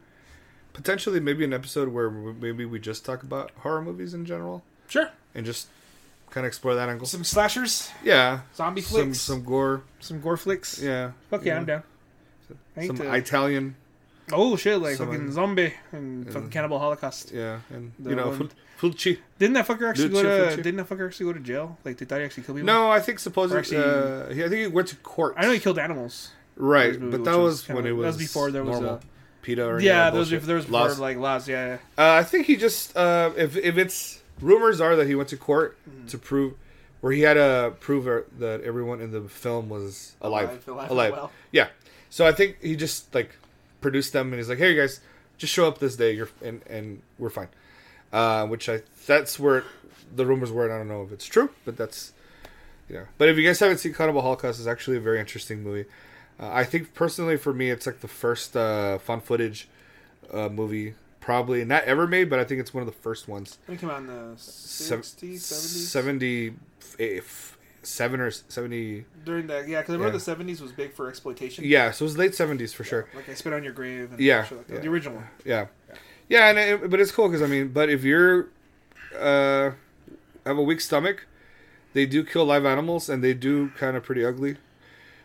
potentially maybe an episode where w- maybe we just talk about horror movies in general Sure. and just kind of explore that angle. Some slashers, yeah, zombie some flicks, some, some gore. gore flicks. Yeah, Fuck you yeah, know, I'm down. I think Some the- Italian. oh shit, like some- fucking zombie and fucking cannibal holocaust. Yeah, and The you know, one- Ful- Fulci. Didn't that fucker actually Lucio go to? Fulci. Didn't that fucker actually go to jail? Like they thought he actually killed people. No, I think supposedly actually- uh, he, I think he went to court. I know he killed animals. Right, movie, but which that was was kinda when it like- was that was before there was normal. a- PETA or any Yeah, of that those if bullshit. there was more Lost. like laws. Yeah, yeah. Uh, I think he just uh, if if it's rumors are that he went to court Mm-hmm. to prove where he had to prove er- that everyone in the film was alive, Alive, alive, well. Yeah, so I think he just like produced them and he's like, "Hey, you guys, just show up this day, you're and and we're fine." Uh, which I that's where the rumors were. And I don't know if it's true, but that's yeah. But if you guys haven't seen Cannibal Holocaust, it's actually a very interesting movie. Uh, I think personally, for me, it's like the first uh, fun footage uh, movie probably not ever made, but I think it's one of the first ones. I think came out in the 60s, 70s. 70, if seven or seventy. During that, yeah, because I remember Yeah. the seventies was big for exploitation. Yeah, so it was late seventies for sure. Like I spit on your grave. And Yeah, shit like that. yeah. the original one. Yeah, yeah, and it, but it's cool because I mean, but if you're uh, have a weak stomach, they do kill live animals and they do kind of pretty ugly.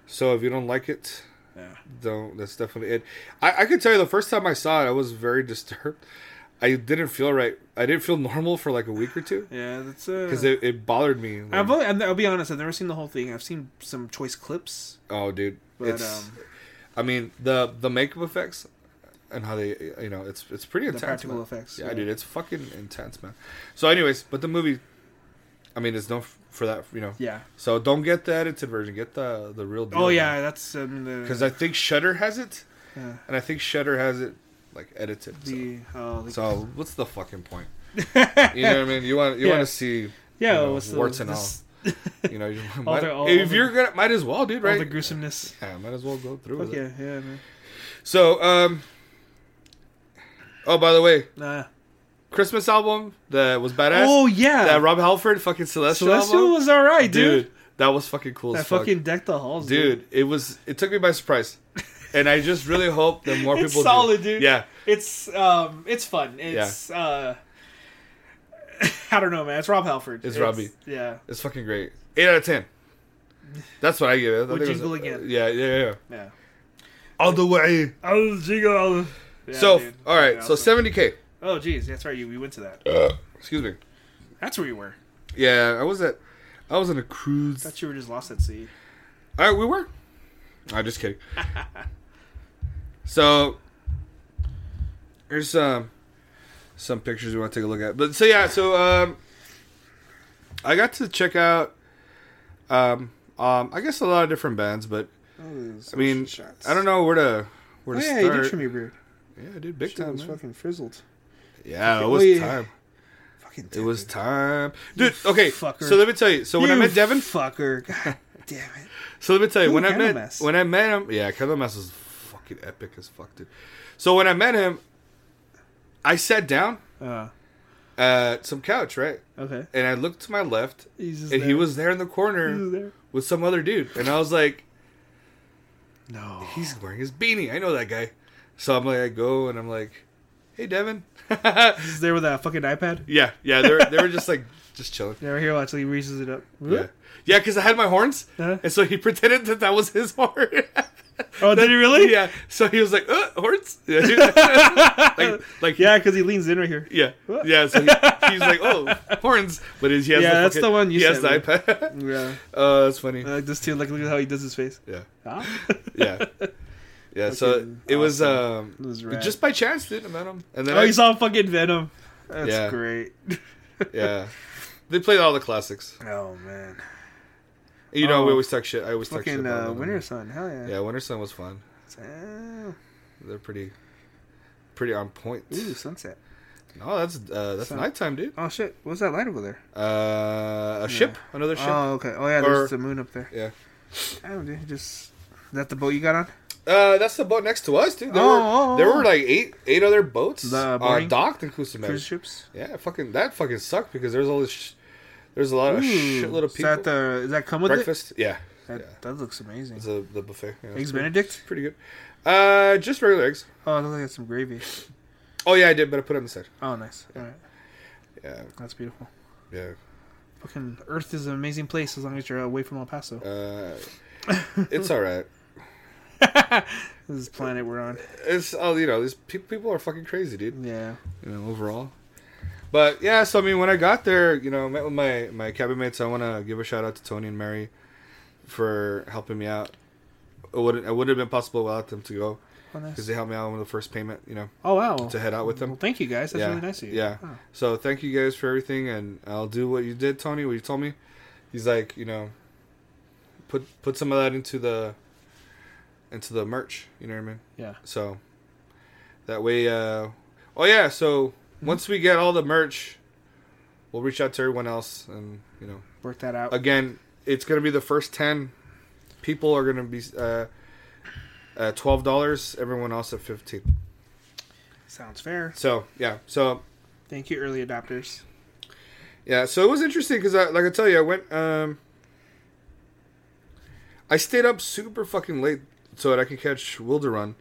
So if you don't like it, Yeah. don't that's definitely it I, I could tell you the first time i saw it i was very *laughs* disturbed i didn't feel right i didn't feel normal for like a week or two Yeah, that's uh. because it, it bothered me like, I've only, and I'll be honest. I've never seen the whole thing. I've seen some choice clips, oh dude but it's um, i mean the the makeup effects and how they you know it's it's pretty the intense practical man. effects. yeah, dude it's fucking intense man so anyways but the movie i mean it's known f- for that you know Yeah. so don't get the edited version get the the real deal Oh yeah, that's um, because the i think shutter has it Yeah. and i think shutter has it like edited so. the oh the, So what's the fucking point? You know what I mean? You want you *laughs* Yeah. want to see Yeah, you know, what's the, warts and this- all. You know, you *laughs* All might- the- all- all if the- you're gonna, might as well, dude. all Right? the gruesomeness. yeah, might as well go through. Fuck with it. yeah, yeah, man. So, um, oh, by the way, Nah. Christmas album that was badass. Oh yeah, that Rob Halford fucking Celestial, Celestial album, was all right, dude. That was fucking cool that as fuck. fucking decked the halls, dude. dude, it was. It took me by surprise, and I just really hope that more *laughs* It's people. do. solid, dude. Yeah, It's um, it's fun. It's uh, *laughs* I don't know, man. It's Rob Halford. It's Robbie. Yeah, it's fucking great. Eight out of ten. That's what I give it. I think it was- jingle again. yeah, yeah, yeah. yeah. All the way. Oh, jingle. so, all right. So seventy k. Oh, geez, that's right. You we went to that. Excuse me. That's where you were. Yeah, I was at. I was on a cruise. Thought you were just lost at sea. All right, we were. I'm just *laughs* kidding. so there's um some pictures we want to take a look at. But so yeah, so um I got to check out um um I guess a lot of different bands, but I mean I don't know where to where Oh, to yeah, you start. did show me, bro. Yeah, dude, big Shit time. was man. fucking frizzled. Yeah, it Oh, was yeah. time. Fucking. It was time. Dude, okay. fucker. So let me tell you. So when I met Devin, *laughs* fucker. God damn it. So let me tell you, Ooh, when I Candle met Mass. when I met him, yeah, Candle Mass was fucking epic as fuck, dude. So when I met him, I sat down Uh, at some couch, right, okay. and I looked to my left, He's just and he there. was there in the He's just corner there. with some other dude, and I was like, No. he's wearing his beanie. I know that guy. So I'm like, I go and I'm like, hey, Devin. *laughs* yeah, He's there with that fucking iPad. yeah, they were, they were just like just chilling. Yeah, right here. Watch. He raises it up. Yeah, yeah, because I had my horns, Uh-huh. and so he *laughs* pretended that that was his horn. *laughs* Oh, did he really? Yeah. So he was like, uh, horns? *laughs* Yeah, dude. like, like, yeah. Yeah, because he leans in right here. Yeah. Yeah. So he, he's like, oh, horns. But he has Yeah, the that's fucking- the one you He has the sent Uh. iPad. *laughs* Yeah. Oh, that's funny. I like this too. Like, look at how he does his face. Yeah. *laughs* Ah. Yeah. Yeah. So Fucking it was, um, It was rad. just by chance, dude. I met him. And then oh, I, he saw fucking Venom. That's Yeah. great. *laughs* yeah. They played all the classics. Oh man. You know, we Oh. always talk shit. I always talk shit. Fucking about uh, them. Winter Sun. Hell yeah. Yeah, Winter Sun was fun. Ah. They're pretty, pretty on point. Ooh, sunset. No, that's uh, that's Sun. nighttime, dude. Oh shit. What's that light over there? Uh, a ship, another ship. Oh okay. Oh yeah. Or- There's the moon up there. yeah. Oh, dude, just. Is that the boat you got on? Uh, that's the boat next to us, dude. There, Oh, were, oh, oh. there were like eight eight other boats The uh, boarding? docked in Cozumel. Cruise ships. Yeah, fucking that fucking sucked because there's all this. Sh- there's a lot of Ooh, shitload of Is people. that the? Is that come with Breakfast, yeah, it? That, that looks amazing. it's a, the buffet. Yeah, it's Eggs pretty- Benedict? pretty good. Uh, just regular eggs. Oh, I thought they had some gravy. Oh yeah, I did, but I put it on the side. Oh, nice. All right, Yeah, that's beautiful. yeah. Fucking Earth is an amazing place as long as you're away from El Paso. Uh, it's all right. *laughs* This is the planet we're on. It's all you know. These pe- people are fucking crazy, dude. Yeah. you know, overall. But yeah, so I mean, when I got there, you know, met with my my cabin mates. I want to give a shout out to Tony and Mary for helping me out. It wouldn't it would have been possible without them to go Oh, nice. because they helped me out with the first payment, you know, oh wow. to head out with Well, them. thank you guys. That's Yeah, really nice of you. yeah. Oh. So thank you guys for everything, and I'll do what you did, Tony. What you told me. He's like, you know, put put some of that into the into the merch. You know what I mean? Yeah. So that way, uh, oh yeah. So once we get all the merch, we'll reach out to everyone else, and you know, Work that out. again, it's gonna be the first ten people are gonna be uh, uh, twelve dollars. Everyone else at fifteen. Sounds fair. So yeah, so Thank you, early adopters. yeah, so it was interesting because, I, like I tell you, I went. Um, I stayed up super fucking late so that I could catch Wilder Run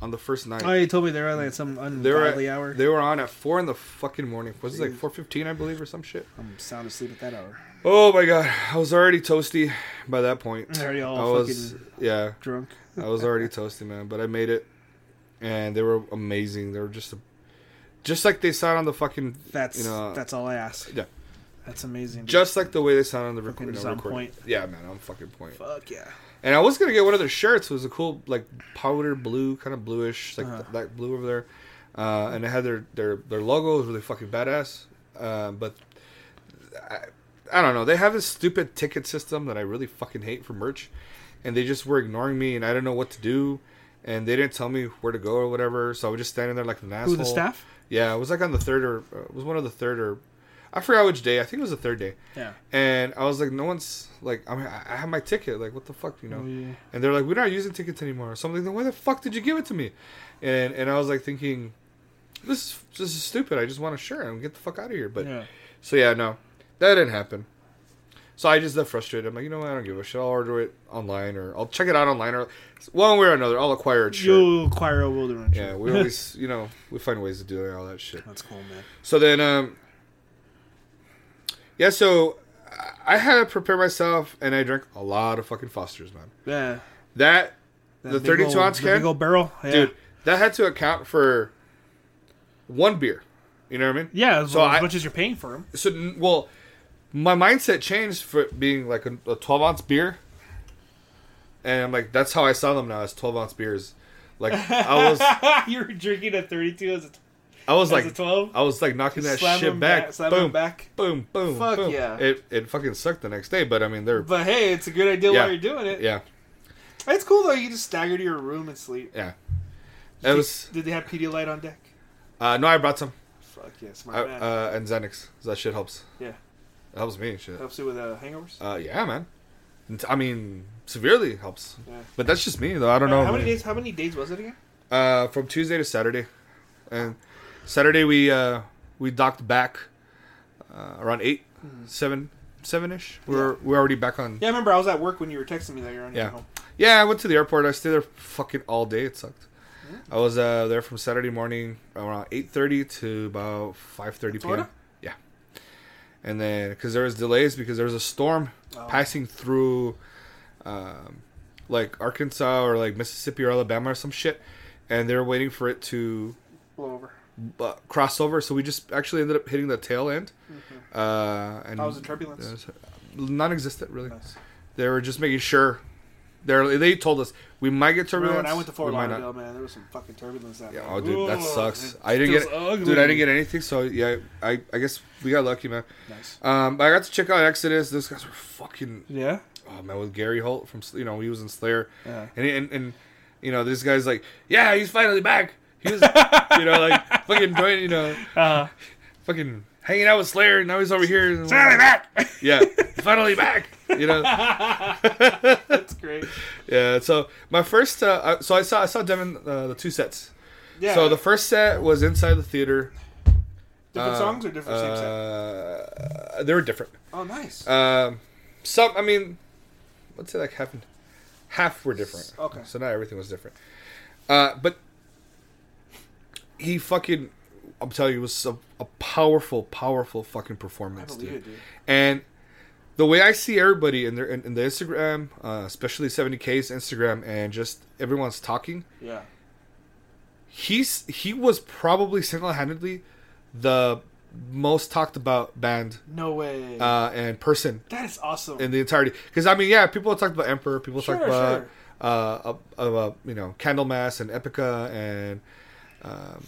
on the first night. Oh, you told me they were like some They were, ungodly hour. at, they were on at four in the fucking morning. Was it like Jeez. four fifteen, I believe, or some shit? I'm sound asleep at that hour. Oh my god, I was already toasty by that point. Already all I was, Oh, fucking- yeah, Drunk. I was already toasty, man. But I made it, and they were amazing. They were just, a, just like they sound on the fucking, That's you know, that's all I ask. yeah. That's amazing. dude. just like the way they sound on the Fucking recording. just no, on recording. point. Yeah, man, I'm fucking point. fuck yeah. And I was gonna get one of their shirts. It was a cool like powder blue, kind of bluish, like Uh-huh. th- that blue over there. Uh, and it had their their their logo It was really fucking badass. Uh, but I, I don't know. They have this stupid ticket system that I really fucking hate for merch, and they just were ignoring me, and I didn't know what to do. And they didn't tell me where to go or whatever, so I was just standing there like an asshole. Who the staff? Yeah, it was like on the third or uh, it was one of the third or I forgot which day. I think it was the third day. Yeah. And I was like, no one's like, I mean, I I have my ticket. Like, what the fuck, you know? Oh, Yeah. And they're like, we're not using tickets anymore. So I'm like, then why the fuck did you give it to me? And and I was like thinking, this is this is stupid. I just want a shirt and get the fuck out of here. But yeah. so yeah, no, that didn't happen. So I just left frustrated. I'm like, you know what? I don't give a shit. I'll order it online or I'll check it out online or one way or another. I'll acquire a shirt. You'll acquire a wilderness. Yeah, we always, you know, we find ways to do all that shit. *laughs* That's cool, man. So then, um, yeah, so I- I had to prepare myself, and I drank a lot of fucking Fosters, man. Yeah. That, That the big 32 ol- ounce the can, big old barrel, yeah. dude, that had to account for one beer. You know what I mean? Yeah, as, So well, as I- much as you're paying for them. So, n- well, my mindset changed for it being like a, a 12 ounce beer, and I'm like, that's how I saw them now as 12 ounce beers. Like I was, *laughs* you're drinking a 32 as a, I *laughs* was as a like, 12. I was like knocking that Slam shit them back, Slam boom, them back. boom, boom, Fuck boom. yeah. It it fucking sucked the next day, but I mean they're But hey, it's a good idea Yeah. while you're doing it. yeah It's cool though. You just stagger to your room and sleep. yeah. It was Did they have Pedialyte on deck? uh, no, I brought some Fuck yeah, I- smart man. uh, and Xanax. So that shit helps. Yeah. it helps me and shit. Helps you with uh, hangovers. Uh, yeah, man. It's- I mean, severely helps. Yeah. But that's just me though. I don't know. how many man. days? How many days was it again? Uh, from Tuesday to Saturday, and Saturday we uh we docked back uh, around eight, Hmm. seven, seven ish. We're we're already back on. Yeah. Yeah, I remember I was at work when you were texting me that you're on your Yeah. way home. yeah, I went to the airport. I stayed there fucking all day. It sucked. I was uh, there from Saturday morning around eight thirty to about five thirty p.m. Florida? Yeah, and then because there was delays because there was a storm Oh. passing through, um, like Arkansas or like Mississippi or Alabama or some shit, and they were waiting for it to Blow over. uh, cross over. So we just actually ended up hitting the tail end. Mm-hmm. Uh, and How was the turbulence? It was, uh, non-existent really. Nice. They were just making sure. They they told us we might get Remember turbulence. when I went to Fort we might Lauderdale, man, there was some fucking turbulence that Yeah, night. oh, dude, that Ooh, sucks. it I didn't get, feels ugly. dude, I didn't get anything. So yeah, I, I guess we got lucky, man. Nice. Um, but I got to check out Exodus. Those guys were fucking, *laughs* Yeah. oh man, with Gary Holt from, you know, he was in Slayer, Yeah. and and and you know, this guy's like, yeah, he's finally back. He *laughs* was, you know, like fucking doing, you know, Uh, fucking hanging out with Slayer, and now he's over here. and- *laughs* back. Yeah, finally back. You know. *laughs* That's great. Yeah, so my first, uh, I- so I saw I saw Devin uh, the two sets. Yeah. So the first set was inside the theater. different uh, songs or different same set. Uh, they were different. Oh, nice. Um, some, I mean, let's say like half, and- half were different. Okay. So not everything was different. Uh, but he fucking, I'm telling you, it was a, a powerful, powerful fucking I performance, believe dude. it, dude. And the way I see everybody in their in, in the Instagram, uh, especially 70k's Instagram, and just everyone's talking, Yeah. he's he was probably single handedly the most talked about band No way. uh, and person that is awesome. in the entirety. Because I mean, yeah, people talked about Emperor, people Sure, talked about sure. uh, uh, uh, you know Candlemass and Epica and um,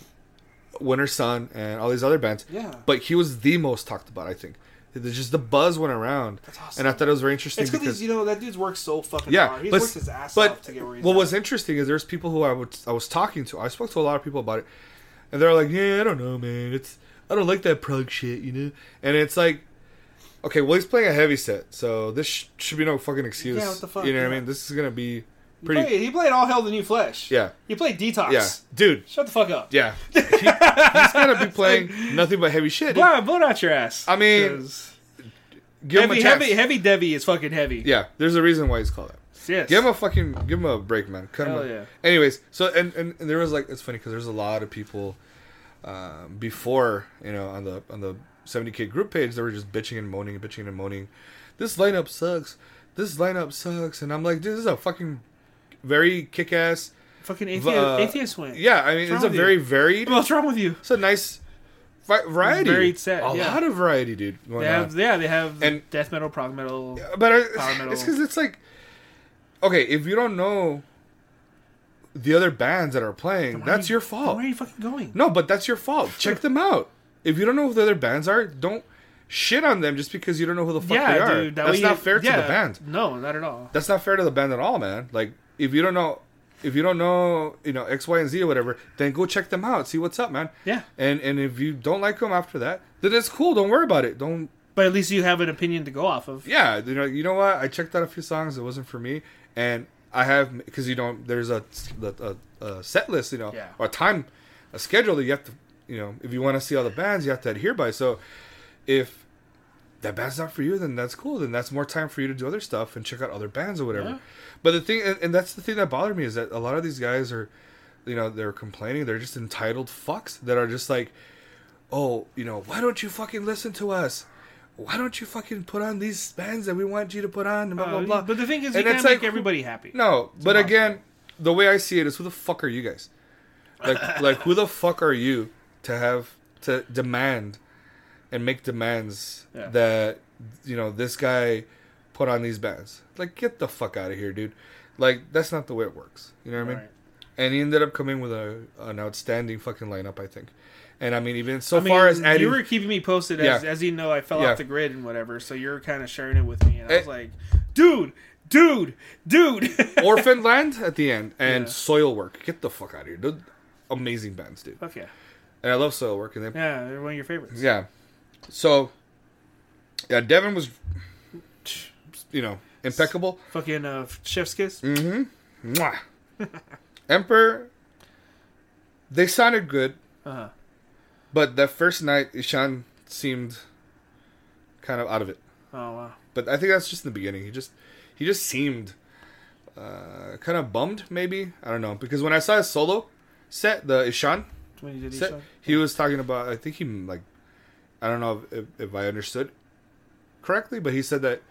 Winter Sun and all these other bands. Yeah. but he was the most talked about. I think There's just the buzz went around, That's awesome. and I thought it was very interesting it's because because you know that dude's worked so fucking yeah, hard. He's but, worked his ass but off to get where he's what at. was interesting is there's people who I would I was talking to. I spoke to a lot of people about it, and they're like, "Yeah, I don't know, man. It's I don't like that prog shit, you know." And it's like, okay, well he's playing a heavy set, so this sh- should be no fucking excuse. Yeah, what the fuck, You know what yeah. I mean? This is gonna be He pretty. played- he played all hell the new flesh. Yeah, He played detox. yeah, dude. Shut the fuck up. Yeah, he, he's *laughs* gonna be playing nothing but heavy shit. dude. Blow, blow out your ass. I mean, 'Cause Give him a heavy, chance. heavy, heavy Debbie is fucking heavy. Yeah, there's a reason why he's called that. Yes. Give him a fucking give him a break, man. Cut him Hell a- yeah. Anyways, so and, and, and there was like it's funny because there's a lot of people um, before you know on the on the 70k group page they were just bitching and moaning and bitching and moaning. This lineup sucks. This lineup sucks. And I'm like, dude, this is a fucking very kick ass. fucking atheist, Uh, atheist win. Yeah, I mean, it's What's wrong a with very varied. *laughs* What's wrong with you? It's a nice vi- variety. Varied set, A yeah. lot of variety, dude. going They on. have, yeah, they have And- death metal, prog metal. But I, Power metal. it's because it's like, okay, if you don't know the other bands that are playing, Why that's are you- your fault. Where are you fucking going? No, but that's your fault. Check them out. If you don't know who the other bands are, don't shit on them just because you don't know who the fuck they yeah, are. dude. That that's way not you- fair to yeah, the band. No, not at all. That's not fair to the band at all, man. Like if you don't know if you don't know, you know X, Y, and Z or whatever, then go check them out. See what's up, man. Yeah. And and if you don't like them after that, then it's cool. Don't worry about it. Don't. But at least you have an opinion to go off of. Yeah. You know. You know what? I checked out a few songs. It wasn't for me. And I have because you know there's a, a, a set list. You know, Yeah. or a time, a schedule that you have to. You know, if you want to see all the bands, you have to adhere by. So, if that band's not for you, then that's cool. Then that's more time for you to do other stuff and check out other bands or whatever. Yeah. But the thing, and, and that's the thing that bothered me is that a lot of these guys are, you know, they're complaining. They're just entitled fucks that are just like, oh, you know, why don't you fucking listen to us? Why don't you fucking put on these bands that we want you to put on? And blah blah Uh, blah. But the thing is, And you it's can't make like, everybody happy. No, but impossible. again, the way I see it is, who the fuck are you guys? *laughs* Like, like who the fuck are you to have to demand and make demands Yeah. that you know this guy put on these bands? Like, get the fuck out of here, dude! Like, that's not the way it works. You know what I mean? Right. And he ended up coming with a an outstanding fucking lineup, I think. And I mean, even so I mean, far as adding, you were keeping me posted as, Yeah. as you know, I fell Yeah. off the grid and whatever. So you're kind of sharing it with me, and I Eh. was like, dude, dude, dude. *laughs* Orphan Land at the end and Yeah. Soil Work, get the fuck out of here! Those amazing bands, dude. Fuck yeah, And I love Soil Work, and they yeah, they're one of your favorites. Yeah. So, yeah, Devin was, you know, impeccable. Fucking uh, Chef's Kiss. Mm-hmm. *laughs* Mwah. Emperor, they sounded good, Uh-huh. but that first night, Ishan seemed kind of out of it. Oh wow. But I think that's just in the beginning. He just, he just seemed uh, kind of bummed, maybe. I don't know. Because when I saw his solo set, the Ishan, When you did each Sa- one? he was talking about i think he like i don't know if, if i understood correctly but he said that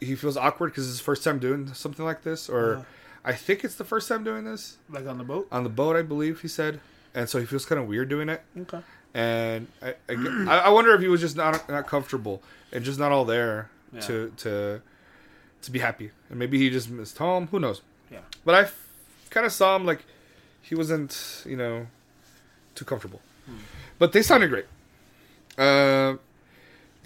he feels awkward because it's his first time doing something like this or Uh-huh. i think it's the first time doing this like on the boat. on the boat i believe he said and so he feels kind of weird doing it Okay. and I, I, ge- I- I wonder if he was just not not comfortable and just not all there Yeah. to to to be happy and maybe he just missed home who knows *laughs* Yeah. but I kind of saw him like he wasn't, you know, too comfortable. But they sounded great. Uh,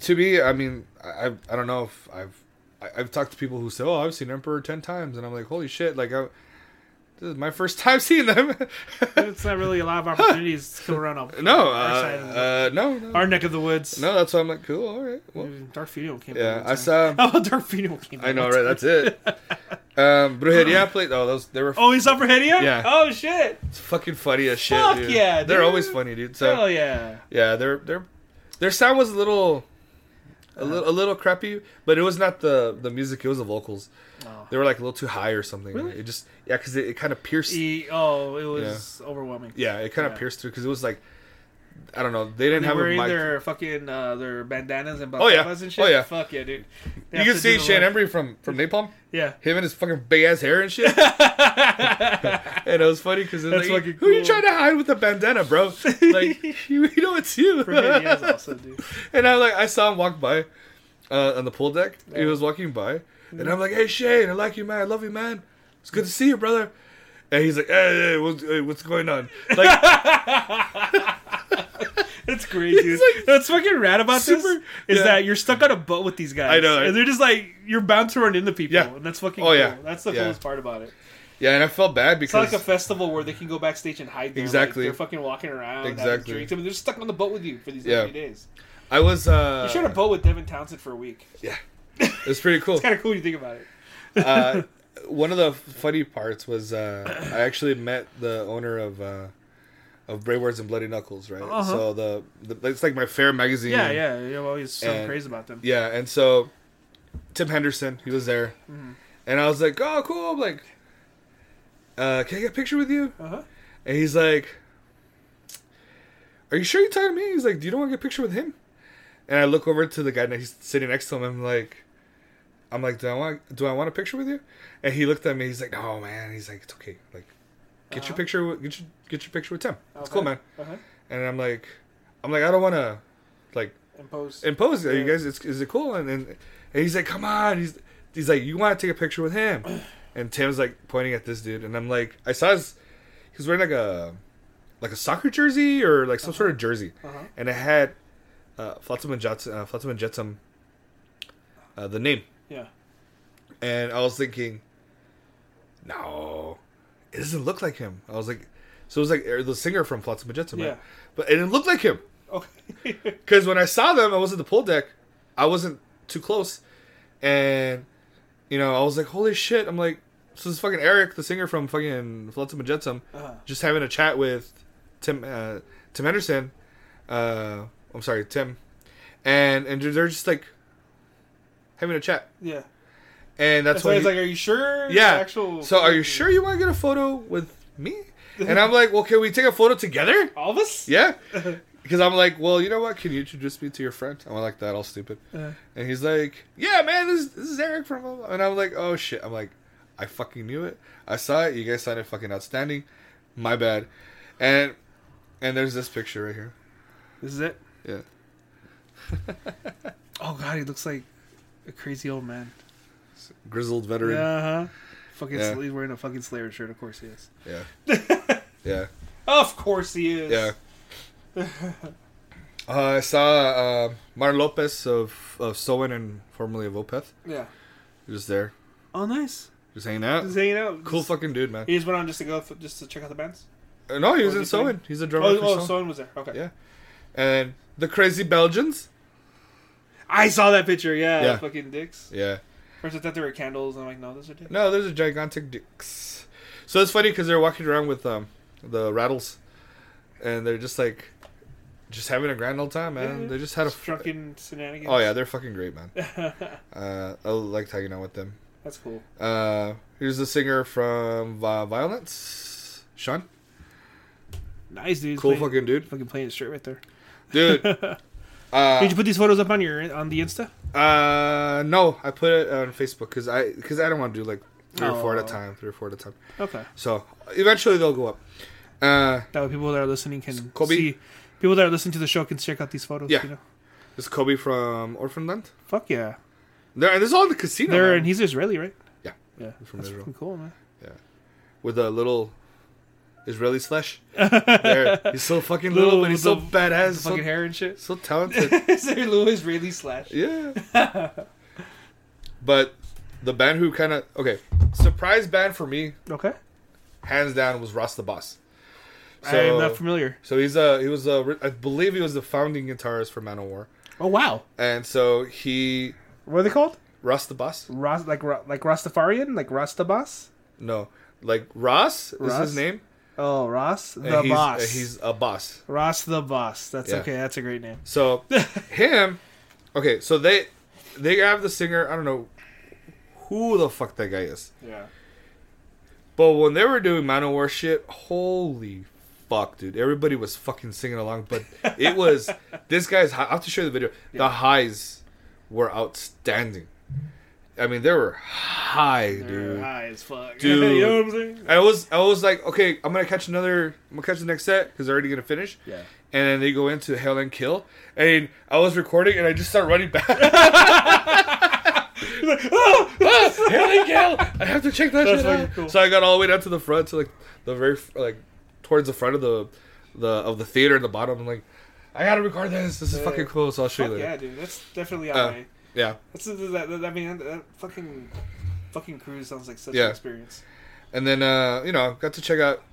to me, I mean, I I- I don't know if I've I- I've talked to people who say, "Oh, I've seen Emperor ten times," and I'm like, "Holy shit!" Like, I, this is my first *laughs* time seeing them. it's not really a lot of opportunities to come around up. *laughs* no, uh, our, side of the- uh, no, no, our neck of the woods. no. That's why I'm like, cool, all right. Well, Dude, Dark Funeral came. yeah, by I one saw. time. *laughs* Oh, Dark Funeral came. by I know, one right? time. That's *laughs* it. Um, Brujeria played. Oh, those they were Oh, he's up for Hedia? Yeah. Oh shit. fucking funny as shit. Fuck dude. yeah, they're dude. always funny, dude. So Hell yeah. Yeah, their their their sound was a little a little a little crappy, but it was not the the music. It was the vocals. Oh. They were like a little too high or something. Really? It just yeah, because it, it kind of pierced. He, oh, it was overwhelming. yeah, it kind of Yeah. pierced through because it was like I don't know. They didn't They have a wearing mic. their fucking uh, their bandanas and Oh, yeah. balaclavas and shit. Oh, yeah. Fuck yeah, dude. You They have can to see do the Shane look. Embry from from Napalm. Yeah. Him and his fucking big ass hair and *laughs* shit. *laughs* and it was funny because That's like, fucking who are you cool. trying to hide with the bandana, *laughs* bro? Like *laughs* you, you know it's you. For Hedia is awesome, dude. *laughs* And I like I saw him walk by uh, on the pool deck. He was walking by, and I'm like, "Hey Shane, I like you, man. I love you, man. It's good to see you, brother." And he's like, "Hey, hey, what's, hey what's going on?" *laughs* Like, It's great, dude. like- That's fucking rad about this Super- is yeah. that you're stuck on a boat with these guys. I know, right? And they're just like you're bound to run into people. Yeah. And that's fucking Oh, cool. yeah. That's the Yeah. coolest part about it. yeah, and I felt bad It's not because like a festival where they can go backstage and hide. Their, Exactly. Like, they're fucking walking around. Exactly. Exactly. Drinks. I mean, they're stuck on the boat with you for these Yeah. yeah. days. I was. Uh, You shared a boat with Devin Townsend for a week. Yeah, it was pretty cool. It's kind of cool when you think about it. uh, *laughs* one of the funny parts was uh, I actually met the owner of. Uh, of Brave Words and Bloody Knuckles, right? Uh-huh. So the, the it's like my fair magazine. Yeah, yeah. You're always so And- crazy about them. Yeah, and so Tim Henderson, he was there, Mm-hmm. and I was like, "Oh, cool!" I'm like, uh, "Can I get a picture with you?" Uh huh. And he's like, "Are you sure you're talking to me?" He's like, "Do you don't want to get a picture with him?" And I look over to the guy, and he's sitting next to him. I'm like, "I'm like, do I want do I want a picture with you?" And he looked at me. He's like, "No, man." He's like, "It's okay. Like, get Uh-huh. your picture. with- Get your get your picture with Tim. It's cool, man." Uh huh. And I'm like, "I'm like, I don't want to, like." Impose. impose. Are you Yeah. guys, it's, is it cool? And, and and he's like, come on. He's he's like, you want to take a picture with *clears throat* him? And Tim's like pointing at this dude, and I'm like, I saw his, he was wearing like a like a soccer jersey or like some sort of jersey, Uh-huh. and it had uh, Flotsam and Jetsam, uh, Flotsam and Jetsam, uh, the name, yeah. and I was thinking, no, it doesn't look like him. I was like, so it was like er, the singer from Flotsam and Jetsam, Yeah. right? But it didn't look like him. Okay. *laughs* Because when I saw them, I was at the pool deck. I wasn't too close, and you know, I was like, "Holy shit!" I'm like, "So this is fucking Eric, the singer from fucking Flotsam and Jetsam, Uh-huh. just having a chat with Tim uh, Tim Henderson. Uh, I'm sorry, Tim, and and they're just like having a chat, yeah. and that's So when it's he- like, are you sure? The yeah. Actual. so are you sure you want to get a photo with *laughs* me? And I'm like, "Well, can we take a photo together?" All of us? Yeah. Because I'm like, well, you know what? Can you introduce me to your friend? I'm like that, all stupid. Uh. And he's like, yeah, man, this, this is Eric from. blah, blah." And I'm like, oh shit. I'm like, I fucking knew it. I saw it. You guys sounded fucking outstanding. My bad. And and there's this picture right here. This is it. Yeah. Oh god, he looks like a crazy old man. Grizzled Yeah. veteran. Yeah. Uh-huh. Fucking, Yeah. sl- he's wearing a fucking Slayer shirt. Of course he is. Yeah. yeah. Of course he is. Uh, I saw uh, Martin Lopez of, of Sowen and formerly of Opeth. Yeah. Just there. Oh, nice. Just hanging out. Just hanging out. Uh, Cool Just- fucking dude, man. He just went on just to go f- just to check out the bands. Uh, no, he was Oh, in just hanging- Sowen. He's a drummer Oh, for oh, Sowen. someone was there. Okay. Yeah. and the crazy Belgians. I saw that picture. Yeah. Yeah. Fucking dicks. Yeah. First I thought they were candles, and I'm like, no, those are dicks. No, those are gigantic dicks. So it's funny because they're walking around with um, the rattles, and they're just like, just having a grand old time, man. Yeah. They just had a. Just drunken shenanigans. oh yeah, they're fucking great, *laughs* man. yeah. Uh, I liked hanging out with them. That's cool. Uh, here's the singer from Vi- Violence, Sean. Nice dude. He's Cool playing, fucking dude, fucking playing it straight right there. *laughs* dude. Did Uh, you put these photos up on your on the Insta? uh, no, I put it on Facebook because I because I don't want to do like three or four at Oh. a time, three or four at a time. Okay. So eventually they'll go up. Uh, That way, people that are listening can Kobe? see. People that are listening to the show can check out these photos. Yeah. You know? this is Kobe from Orphanland. Fuck yeah. There, and this is all in the casino. They're man, and he's Israeli, right? Yeah. Yeah. He's from That's Israel. fucking cool, man. with a little Israeli *laughs* slash. there, he's so fucking little, Little- but he's so little- badass, The so, fucking hair and *laughs* shit. so talented. Is there little Israeli slash? yeah. But the band who kind of okay surprise band for me, Okay. hands down, was Ross the Boss. I'm So- not familiar. So he's a he was a I believe he was the founding guitarist for Manowar, Oh wow. and so he What are they called? Ross the Boss. Ras like Ra- like Rastafarian, like Rastabas. No, like Ross, is Ross? his name. Oh, Ross the and Uh, he's, boss. and he's a boss. Ross the boss. That's Yeah. okay. That's a great name. *laughs* So *laughs* him, okay. So they they have the singer. I don't know who the fuck that guy is, Yeah. but when they were doing Manowar shit, holy fuck, dude! Everybody was fucking singing along, but it was this guy's. High, I have to show you the video. The highs were outstanding. I mean, they were high, dude. high as fuck. *laughs* Dude. you know what I'm saying? I was I was like, okay, I'm gonna catch another. I'm gonna catch the next set because they're already gonna finish. Yeah. And then they go into Hail and Kill, and I was recording, and I just start running *laughs* back. *laughs* "Ah, Hailing Gale! I have to check that That's shit fucking out. cool. So I got all the way down to the front to like the very f- like towards the front of the the of the theater in the bottom. I'm like, I gotta record this. This is Yeah. fucking cool. So I'll show you Fuck later. yeah, dude. That's definitely on Uh, my. Yeah. That's that, that, that. I mean, that, that fucking fucking cruise sounds like such Yeah. an experience. And then uh, you know, got to check out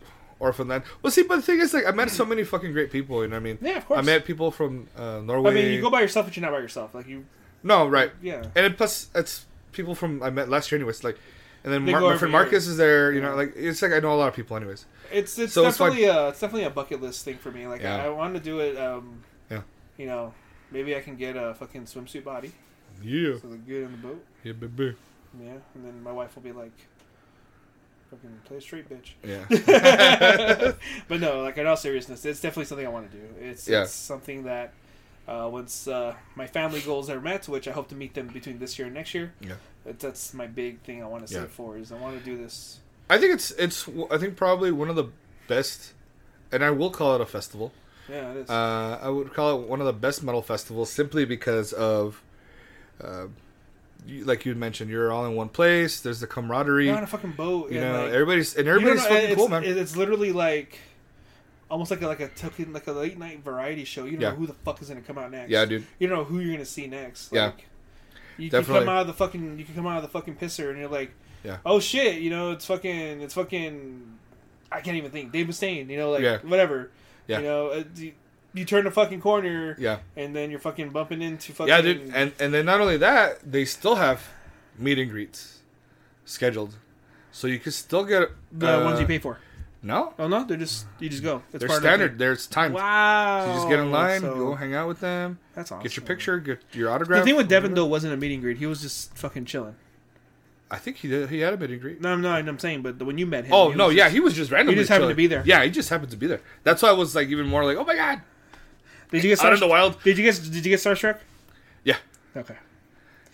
Orphanland. Well, see, but the thing is, like, I met so many fucking great people. You know what I mean? Yeah, of course. I met people from uh, Norway. I mean, you go by yourself, but you're not by yourself. Like you, no, right. yeah. And then plus, it's people from I met last year, anyways. Like, and then They Mar- go my every friend year. Marcus is there. You know, Yeah. like it's like I know a lot of people, anyways. It's it's So it's definitely a it's definitely a bucket list thing for me. Like Yeah. I, I want to do it. Um, Yeah. You know, maybe I can get a fucking swimsuit body, Yeah, so look good on the boat. yeah, baby. Yeah, and then my wife will be like, "Fucking play a straight, bitch." *laughs* Yeah. *laughs* but no, like in all seriousness, it's definitely something I want to do. It's, Yeah. it's something that uh, once uh, my family goals are met, which I hope to meet them between this year and next year. Yeah. that- that's my big thing I want to Yeah. set for is I want to do this. I think it's it's I think probably one of the best, and I will call it a festival. Yeah, it is. Uh, I would call it one of the best metal festivals simply because of, uh, you, like you mentioned, you're all in one place. There's the camaraderie. We're on a fucking boat. you and, know, like, everybody's and you don't everybody's know, fucking it's, cool, man. it- It's literally like almost like a, like a token, like a late night variety show. You don't Yeah. know who the fuck is gonna come out next. yeah, dude. you don't know who you're gonna see next. Yeah. Like, you Definitely. can come out of the fucking you can come out of the fucking pisser and you're like, Yeah. oh shit, you know it's fucking it's fucking I can't even think. Dave Mustaine, you know, like Yeah. whatever. Yeah. You know, uh, you, you turn a fucking corner, Yeah. and then you're fucking bumping into fucking. Yeah, dude, and and then not only that, they still have meet and greets scheduled, so you could still get the uh, ones you pay for. No, Oh no, they're just you just go. That's they're part standard. Of There's the time. thing. wow. So you just get in line, So- go hang out with them, that's awesome. get your picture, get your autograph. The thing with Devin whatever. though wasn't a meet and greet. He was just fucking chilling. I think he did, he had a meet and greet. No, no, I'm saying, but when you met him, Oh he no, was yeah, just- he was just randomly. just happened to chilling. be there. Yeah, he just happened to be there. That's why I was like even more like, oh my god, Did you get out in the starstruck? wild. Did you get Did you get starstruck? Yeah, Okay.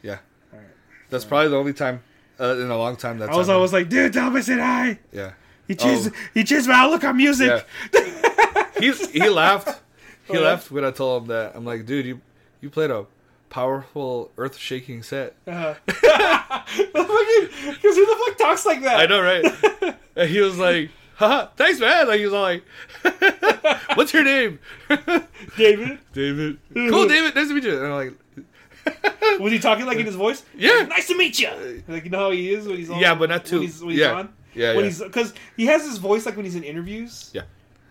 yeah. All right. That's probably the only time uh, in a long time that's I was happened. always like, dude, Thomas said hi. yeah. He changed. He changed my outlook on music. *laughs* Yeah. he he laughed. He Oh, yeah? laughed when I told him that. I'm like, dude, you you played a powerful earth shaking set. Uh-huh. *laughs* Because who the fuck talks like that? I know, right? *laughs* and he was like, Haha, thanks, man. Like he was all like, *laughs* what's your name? *laughs* David. David. Cool, David. Nice to meet you. And I'm like, Was he talking like in his voice? Yeah. Nice to meet you. Like you know how he is when he's *laughs* on. Yeah, but not too- When he's, when he's yeah. on. Yeah, yeah. When he's because he has his voice like when he's in interviews. Yeah.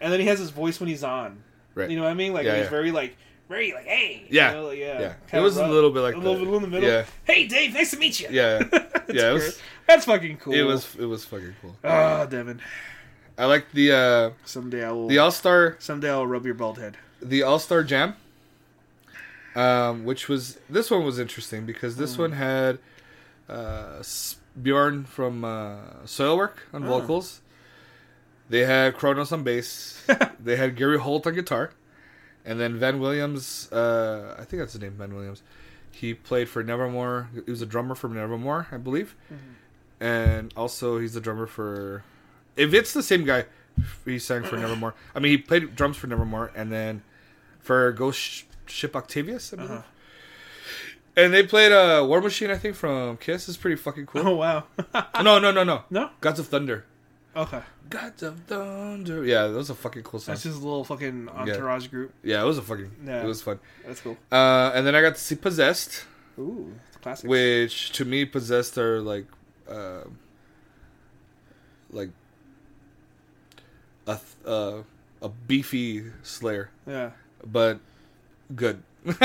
And then he has his voice when he's on. right. You know what I mean? Like Yeah, when he's yeah. very like very like hey. Yeah. You know, like, yeah. Yeah. It Kinda was a rough. little bit like a little that. bit in the middle. Yeah. Hey Dave, nice to meet you. yeah, *laughs* That's yeah. It was, great. That's fucking cool. it was it was fucking cool. Ah, Devin. I like the uh, Someday I will. the All Star someday I'll rub your bald head. the All Star Jam, um, which was this one was interesting because this one had uh, S- Bjorn from uh, Soilwork on Oh. vocals. They had Kronos on bass. they had Gary Holt on guitar, and then Van Williams. Uh, I think that's the name, Van Williams. He played for Nevermore. He was a drummer for Nevermore, I believe, and also he's the drummer for. If it's the same guy, he sang for Nevermore. I mean, he played drums for Nevermore, and then for Ghost Sh- Ship Octavius, I believe. Uh-huh. And they played uh, War Machine, I think, from Kiss. It's pretty fucking cool. *laughs* Oh wow. No, no, no, no. no. Gods of Thunder. Okay. Gods of Thunder. Yeah, that was a fucking cool song. That's his little fucking entourage group. Yeah, it was a fucking. Yeah. It was fun. That's cool. Uh, and then I got to see Possessed, Ooh, it's classic. which to me, Possessed are like, um like a th- uh, a beefy Slayer, *laughs* yeah. but good. *laughs*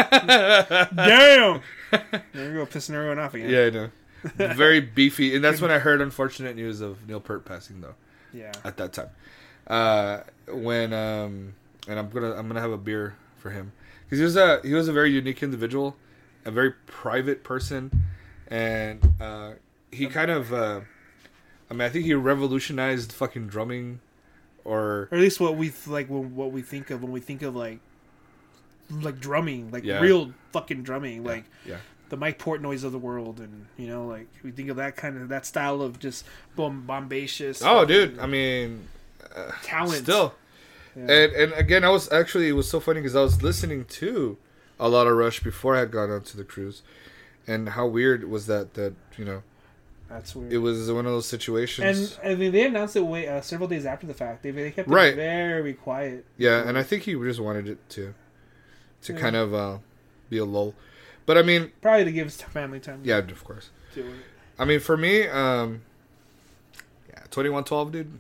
Damn. there we go, pissing everyone off again. Yeah, I know. Very beefy, and that's when I heard unfortunate news of Neil Peart passing, though. Yeah. At that time, uh, when um, and I'm gonna I'm gonna have a beer for him because he was a he was a very unique individual, a very private person, and uh, he kind of uh, I mean I think he revolutionized fucking drumming, or Or at least what we th- like when, what we think of when we think of like like drumming, like Yeah. real fucking drumming, like yeah the Mike Portnoy's of the world, and you know, like we think of that kind of that style of just bomb- bombacious. oh dude fucking I mean talent. Still. Yeah. And and again, I was actually it was so funny because I was listening to a lot of Rush before I had gone onto the cruise, and how weird was that that you know that's weird. it was one of those and situations. I mean, they announced it way, uh, several days after the fact. They, they kept it Right. very quiet. yeah, and I think he just wanted it to to Yeah. kind of uh, be a lull, but I mean, Probably to give his family time yeah, of course. to do it. I mean, for me, um, yeah, twenty one twelve, dude.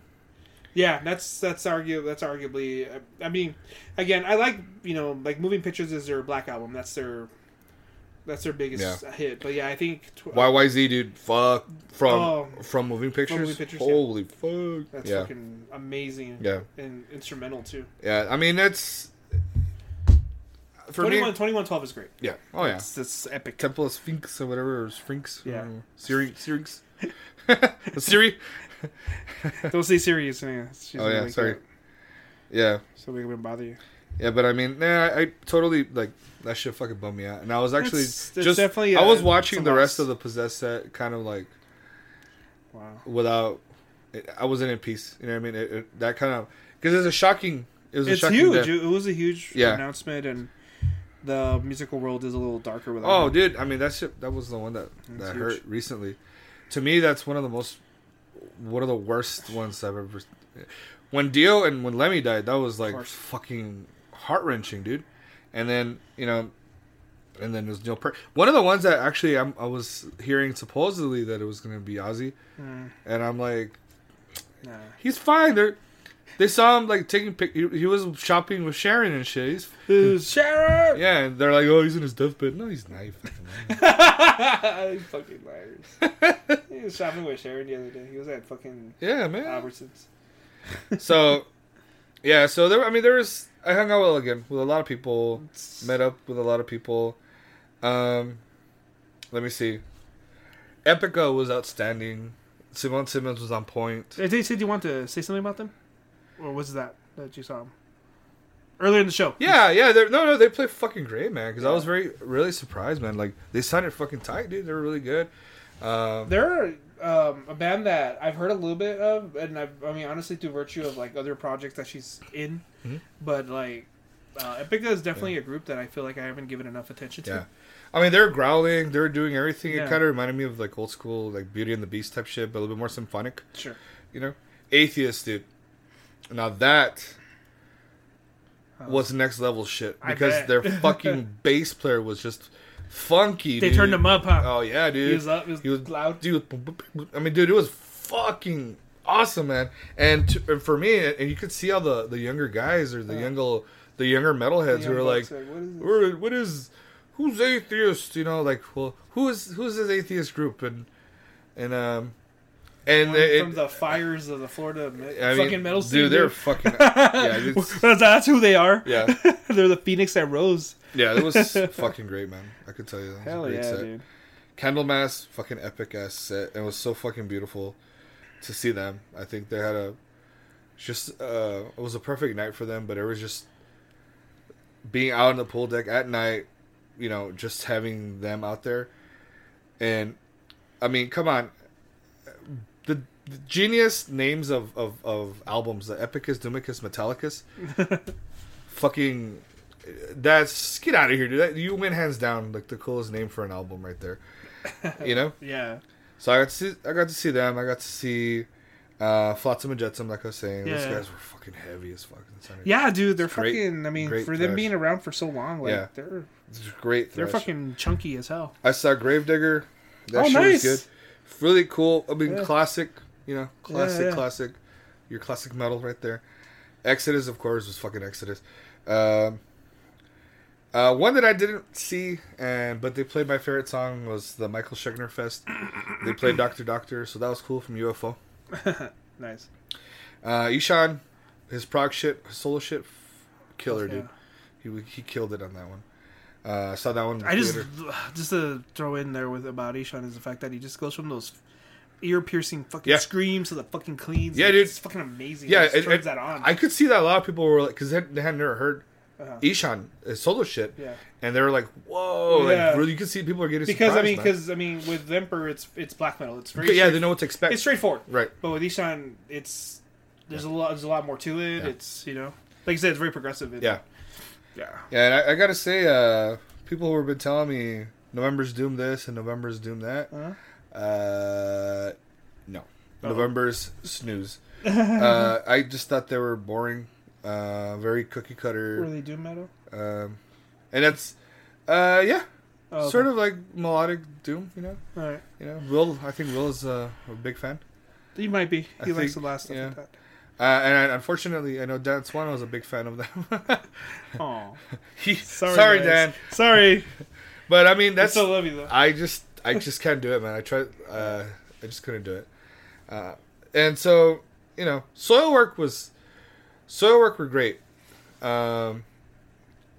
Yeah, that's that's argu that's arguably. I mean, again, I like you know like Moving Pictures is their black album. That's their that's their biggest hit. But yeah, I think tw- YYZ, dude. Fuck from Oh. from moving pictures. Pictures, yeah. Holy fuck! that's yeah, fucking amazing. yeah, and instrumental too. yeah. I mean, that's for me. 21, 2112 is great. Yeah. Oh yeah. It's, it's epic. *laughs* Temple of Sphinx or whatever, or Sphinx. Yeah. Or Siri. *laughs* Syrinx. *laughs* Siri. Don't say serious. Yeah, she's Oh gonna yeah. wake Sorry. up. Yeah. So we won't bother you. Yeah, but I mean, nah, I, I totally like that shit. Fucking bummed me out, and I was actually It's- it's just. definitely, I was uh, watching some the loss. rest of the possessed set, kind of like Wow. without. I wasn't in peace. You know what I mean? It, it, that kind of because it's a shocking. It was a It's shocking huge. death. It was a huge Yeah. announcement, and the musical world is a little darker without. Oh, him. dude! I mean, that shit. That was the one that That's that huge. hurt recently. To me, that's one of the most, one of the worst ones I've ever. When Dio and when Lemmy died, that was like course. fucking heart wrenching, dude. And then you know, and then there's Neil Peart. One of the ones that actually I'm, I was hearing supposedly that it was going to be Ozzy, Mm, and I'm like, nah. he's fine. They're They saw him like taking pic. He, he was shopping with Sharon and shit. He's, *laughs* Sharon. yeah, and they're like, "Oh, he's in his deathbed." No, he's not. He fucking lied. *laughs* These fucking liars. *laughs* he was shopping with Sharon the other day. He was at fucking yeah, man. Albertsons. So, yeah. So there. I mean, there was. I hung out well again with a lot of people. Met up with a lot of people. Um, let me see. Epica was outstanding. Simone Simmons was on point. Did you said you want to say something about them, or was that that you saw them earlier in the show? Yeah, yeah. They're, no, no, they play fucking great, man. Because I was very, really surprised, man. Like they sounded fucking tight, dude. They were really good. Um, They're um, a band that I've heard a little bit of, and I've, I mean, honestly, through virtue of like other projects that she's in, Mhm. but like, uh, Epica is definitely a group that I feel like I haven't given enough attention to. yeah. I mean, they were growling. They were doing everything. Yeah. It kind of reminded me of like old school, like Beauty and the Beast type shit, but a little bit more symphonic. Sure. You know, atheist, dude. Now that Uh, was next level shit I because bet. *laughs* their fucking bass player was just funky. They dude. turned him up, huh? Oh yeah, dude. he was up. He was, he was- loud. dude. boop, boop, boop. I mean, dude, it was fucking awesome, man. And, to, and for me, and you could see all the the younger guys or the Yeah. younger the younger metalheads who Young were like, Bucks, what is it? "Where- what is who's atheist? You know, like, well, who's who's this atheist group? And and um and One it, from the fires of the Florida me- I mean, fucking metal scene. dude, they're *laughs* fucking yeah, it's- that's, *laughs* that's who they are. yeah, they're the Phoenix that rose. yeah. It was fucking great, man. I could tell you, that was a Hell great yeah, set. dude. Candlemass, fucking epic ass set. It was so fucking beautiful to see them. I think they had a just uh it was a perfect night for them, but it was just being out on the pool deck at night, you know, just having them out there. And I mean, come on. The, the genius names of, of, of albums, the Epicus, Dumicus, Metallicus, fucking that's get out of here, dude. That, you win hands down like the coolest name for an album right there. You know? Yeah. So I got to see, I got to see them. I got to see uh, Flotsam and Jetsam, like I was saying. Those Yeah. guys were fucking heavy as fuck. It sounded- Yeah, dude, they're great- fucking. I mean, great for them thrash. being around for so long, like Yeah. they're It's just great. they're thrash. fucking chunky as hell. I saw Gravedigger. That Oh, shit nice. was good. Really cool. I mean, Yeah. classic. You know, classic, yeah. classic. Your classic metal right there. Exodus, of course, was fucking Exodus. Um, uh, one that I didn't see, and but they played my favorite song was the Michael Schechner Fest. they played Doctor Doctor, so that was cool from UFO. Nice. Uh, Ishan, his prog shit, his solo shit, f- killer dude. He he killed it on that one. Uh, I saw that one. in the I just theater. just to throw in there with about Ishan is the fact that he just goes from those ear piercing fucking Yeah. screams to the fucking cleans. Yeah, Like, dude. It's fucking amazing. Yeah, Yeah, it, it- just turns it- that on. I could see that a lot of people were like, because they, had- they had never heard Uh-huh. Ishan his solo shit, yeah, and they were like, "Whoa!" Yeah. Like, really, you can see people are getting because I surprised, mean, man. because I mean, with Emperor, it's it's black metal. It's very Okay, yeah, straight- they know what to expect, it's straightforward. right? But with Ishan, it's there's a lot there's a lot more to it. Yeah. It's you know, like you said, it's very progressive. and- Yeah, yeah. yeah. And I, I gotta say, uh, people who have been telling me November's doom this and November's doom that, Uh-huh. uh, no, Oh. November's *laughs* snooze. uh, I just thought they were boring, uh, very cookie cutter, Really doom metal. um, and that's, uh, yeah, Oh, sort of like melodic doom, you know. All right. You know, Will. I think Will is uh, a big fan, He might be. He I likes think- the last stuff yeah. like that. uh, and I, unfortunately, I know Dan Swan was a big fan of them. *laughs* Oh, he, sorry, sorry, guys. Dan, Sorry. but I mean, That's that's I still love you though. I just I just can't do it, man. I tried. Uh, I just couldn't do it. Uh, and so you know, soil work was soil work were great, um,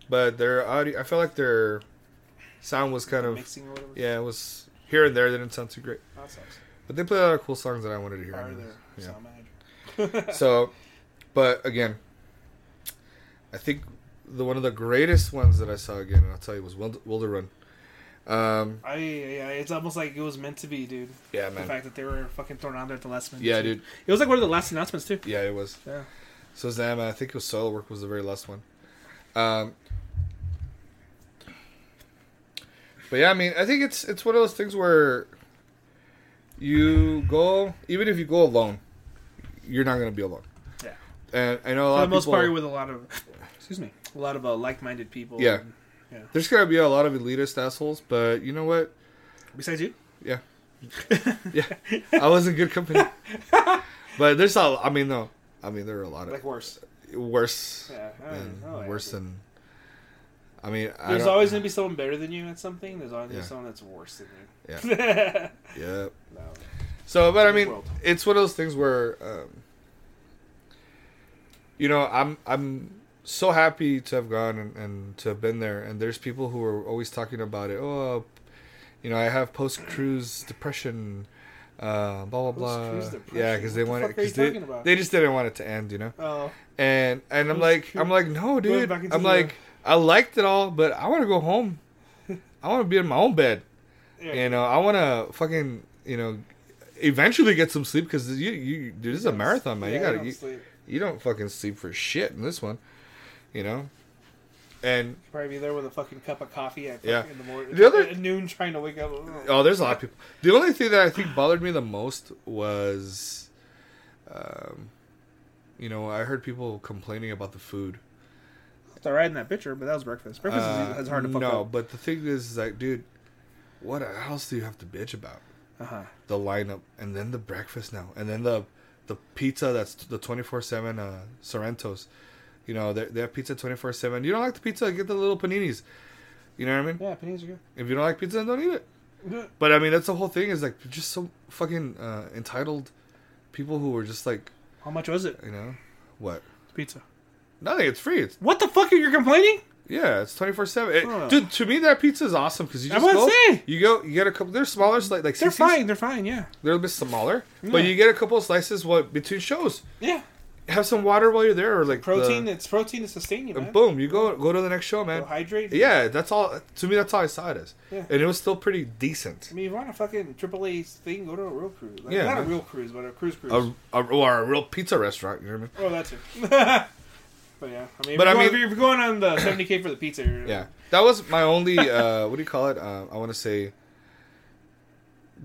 but their audio. I felt like their sound was kind of Mixing or whatever. yeah, it was here and there. They didn't sound too great, That sucks. but they played a lot of cool songs that I wanted to hear. Fire anyways. their Yeah. sound manager. so, but again, I think the one of the greatest ones that I saw again, and I'll tell you, was Wild- Wilder Run. Um, I yeah, it's almost like it was meant to be, dude. yeah, The man. fact that they were fucking thrown out there at the last minute. Yeah, too. dude. It was like one of the last announcements too. Yeah, it was. Yeah. So Zam, I think it was Soil Work was the very last one. Um, but yeah, I mean, I think it's it's one of those things where you go, even if you go alone, you're not gonna be alone. Yeah. And I know a lot For the of most people. part, with a lot of excuse me, a lot of uh, like-minded people. Yeah. and- There's gonna be a lot of elitist assholes, but you know what? Besides you, Yeah. *laughs* yeah. I was in good company. But there's a I mean no. I mean, there are a lot of Like worse. worse, Yeah. I than, don't know. I worse agree. than. I mean, I There's don't- always gonna be someone better than you at something. There's always gonna Yeah. be someone that's worse than Yeah. you. Yeah. yeah. *laughs* no. So, but I Good mean, world. it's one of those things where, um, you know, I'm I'm so happy to have gone and, and to have been there. And there's people who are always talking about it. Oh, you know, I have post cruise depression. Uh, blah blah blah. Post-cruise Yeah, depression? because they What the wanted fuck are you because they talking about? they just didn't want it to end, you know. Oh. And and I'm like I'm like no, dude. back into I'm the- like I liked it all, but I want to go *laughs* home. I want to be in my own bed. Yeah. *laughs* You know, I want to fucking you know, eventually get some sleep because you you dude, this is a marathon, man. Yeah, you don't gotta you, sleep. you don't fucking sleep for shit in this one, you know. And Probably be there with a fucking cup of coffee at Yeah. yeah. in the morning. The other- at noon trying to wake up. Ugh. oh, there's a lot of people. The only thing that I think bothered me the most was, um, you know, I heard people complaining about the food. It's alright in that picture, but that was breakfast. Breakfast Uh, is, is hard to fuck no, up. but the thing is, is like, dude, what else do you have to bitch about? Uh-huh. the lineup and then the breakfast now and then the the pizza that's the 24-7 uh sorrentos you know they, they have pizza 24-7 you don't like the pizza get the little paninis you know what i mean Yeah, pennies are good. if you don't like pizza then don't eat it but i mean that's the whole thing is like just so fucking uh entitled people who are just like How much was it? you know what Pizza. nothing it's free it's What the fuck are you complaining? yeah it's 24-7 It- Huh. dude to me that pizza is awesome because you I just was go saying. you go you get a couple they're smaller like like They're 60s. fine. They're fine. Yeah. they're a bit smaller Yeah. but you get a couple of slices what between shows Yeah. have some water while you're there, or like Protein. the- it's protein to sustain you, man. and boom, you go go to the next show, man. Go hydrate. Yeah, that's all. To me, that's all I saw it as, Yeah. and it was still pretty decent. I mean, if you want a fucking AAA thing, go to a real cruise. Like, Yeah, not a man. real cruise, but a cruise cruise. A, a, or a real pizza restaurant, you know what I mean? oh, that *laughs* too. but yeah, I mean, But if, you're I going, mean- if you're going on the 70k for the pizza, you're, Yeah, that was my only. uh, *laughs* what do you call it? Um, I want to say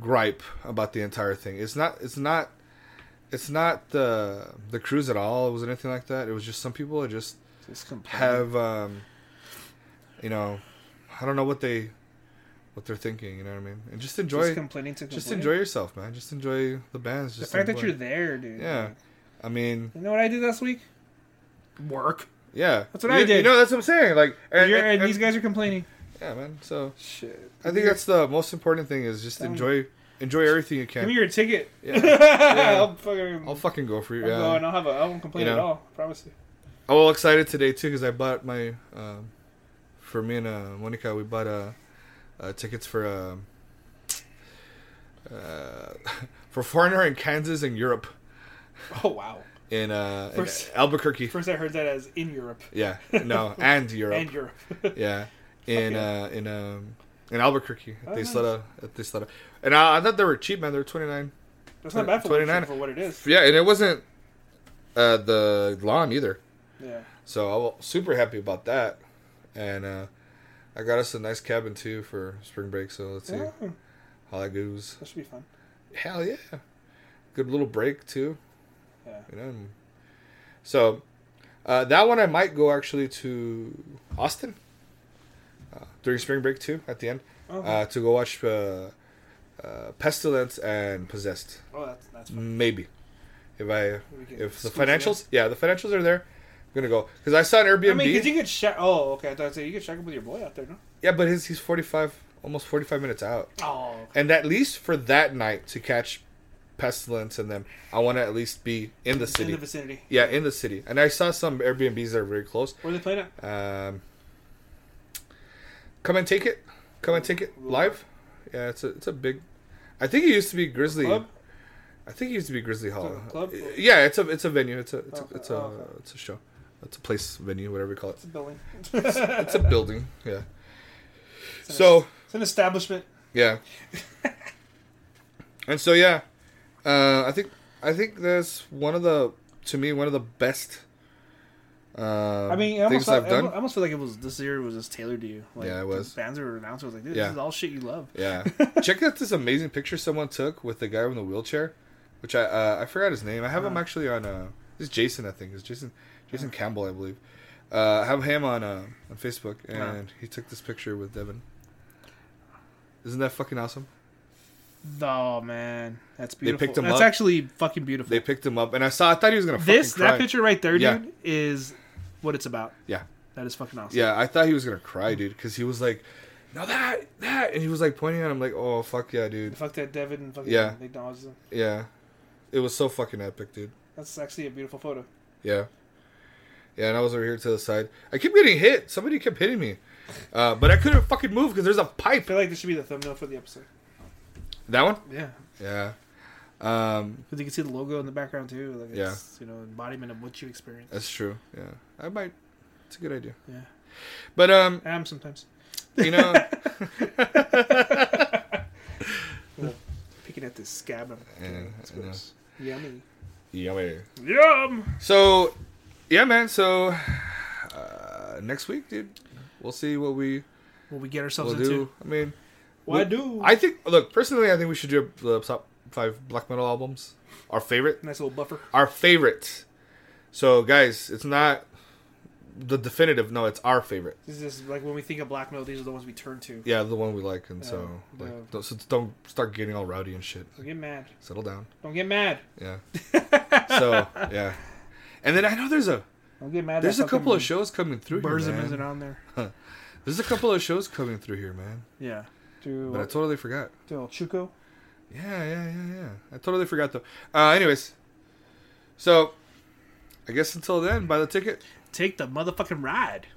gripe about the entire thing. It's not. It's not. It's not the the cruise at all. It was anything like that. It was just some people are just Just complain. have um you know i don't know what they what they're thinking you know what i mean and just enjoy just just, complaining to complain. enjoy yourself man just enjoy the bands the just fact that enjoy- you're there, dude. yeah i mean You know what I did last week? Work. yeah That's what You- I did. you know that's what i'm saying like and, You're, and- and and- these guys are complaining. yeah man so Shit. i think that's the most important thing is just Tell me. enjoy enjoy everything you Give me can your ticket. *laughs* Yeah. *laughs* I'll fucking. i'll fucking go for you I'll go and yeah I'll have a. I won't complain You at know. all. I promise *laughs* you. i'm all excited today too because i bought my um for me and uh monica we bought uh, uh tickets for um uh, *laughs* for foreigner in Kansas and Europe Oh wow. in uh in First- Albuquerque. First, I heard that as in Europe yeah, no, and Europe. and Europe. yeah, in yeah. uh in um in Albuquerque. Oh, they nice. slid a they slid a, and I, I thought they were cheap, man. They were twenty nine. That's not bad for, 29. for what it is. Yeah, and it wasn't uh the lawn either. Yeah. So I was super happy about that, and uh I got us a nice cabin too for spring break. So let's see yeah. how that goes. That should be fun. Hell yeah, good little break too. Yeah. You know, and- so uh, that one I might go actually to Austin uh, during spring break too. At the end, Okay. uh, to go watch uh, uh, Pestilence and Possessed. oh, that's that's fun. Maybe if I We can mm, if the squeeze it in. financials, yeah, the financials are there. I'm gonna go because I saw an Airbnb. I mean, because you could check. Oh, okay. I thought I said you could check up with your boy out there, no? yeah, but his he's forty five, almost forty five minutes out, Oh. okay. and at least for that night to catch Pestilence and them, I want to at least be in the In city. the vicinity. yeah, in the city, and I saw some Airbnbs that are very close. Where they playing at? Um, come and take it. Come and take it live. Yeah, it's a it's a big. I think it used to be Grizzly. Club? I think it used to be Grizzly Hall. It's a club? Yeah, it's a it's a venue. It's a it's Okay, a it's a, oh, okay. it's a show. It's a place venue, whatever you call it. It's *laughs* a building. It's, It's a building. *laughs* Yeah. an- So it's an establishment. *laughs* yeah. and so yeah, uh, I think I think that's one of the to me one of the best. Uh, I mean, I things almost, felt, I've i done. almost- I almost feel like it was this year was just tailored to you. Like, Yeah, it the was. Bands that were announced. I was like, dude, Yeah. this is all shit you love. *laughs* Yeah. Check out this amazing picture someone took with the guy in the wheelchair, which I uh, I forgot his name. I have him Uh. actually on. Uh, this is Jason, I think. It's Jason Jason Uh-huh. Campbell, I believe. Uh, I have him on uh, on Facebook, and he took this picture with Devin. Isn't that fucking awesome? Oh man, that's They beautiful. picked him that's up. actually fucking beautiful. They picked him up, and I saw. I thought he was gonna this fucking cry. that picture right there, Yeah. dude, is what it's about. Yeah, That is fucking awesome. yeah. I thought he was gonna cry, dude, because he was like, "No, that, that," and he was like pointing at him, like, "Oh, fuck yeah, dude." Fuck that Devin and fucking Yeah. acknowledges him. Yeah, it was so fucking epic, dude. That's actually a beautiful photo. Yeah. Yeah, and I was over here to the side. I keep getting hit. Somebody kept hitting me. Uh, but I couldn't fucking move because there's a I pipe. feel like this should be the thumbnail for the episode. That one? Yeah, Yeah. Um, because you can see the logo in the background too. Like Yeah. it's, you know, embodiment of what you experience. that's true. Yeah. I might. It's a good idea. Yeah, But, um, I am sometimes you know, picking at this scab. And I'm Yeah, like, it's I know. gross. Yummy. yummy. Yum. So, yeah, man. So, uh, next week, dude, we'll see what we What we get ourselves will into. do. I mean, Why we- do? I think, look, personally, I think we should do the top five black metal albums. Our favorite. nice little buffer. our favorite. So guys, it's not the definitive. No, it's our favorite. This is like when we think of black metal, these are the ones we turn to. Yeah, the one we like, and so Yeah, like yeah. don't, so don't start getting all rowdy and shit. Don't get mad. Settle down. Don't get mad. *laughs* Yeah. so yeah, and then I know there's a Don't get mad. there's that a couple of fucking shows coming through here, Burzum isn't man. on there. There's a couple of shows coming through here, man. Yeah. But I To, totally forgot. to El Chuco. Yeah, yeah, yeah, yeah. I totally forgot though. Uh, anyways, so I guess until then, buy the ticket. Take the motherfucking ride.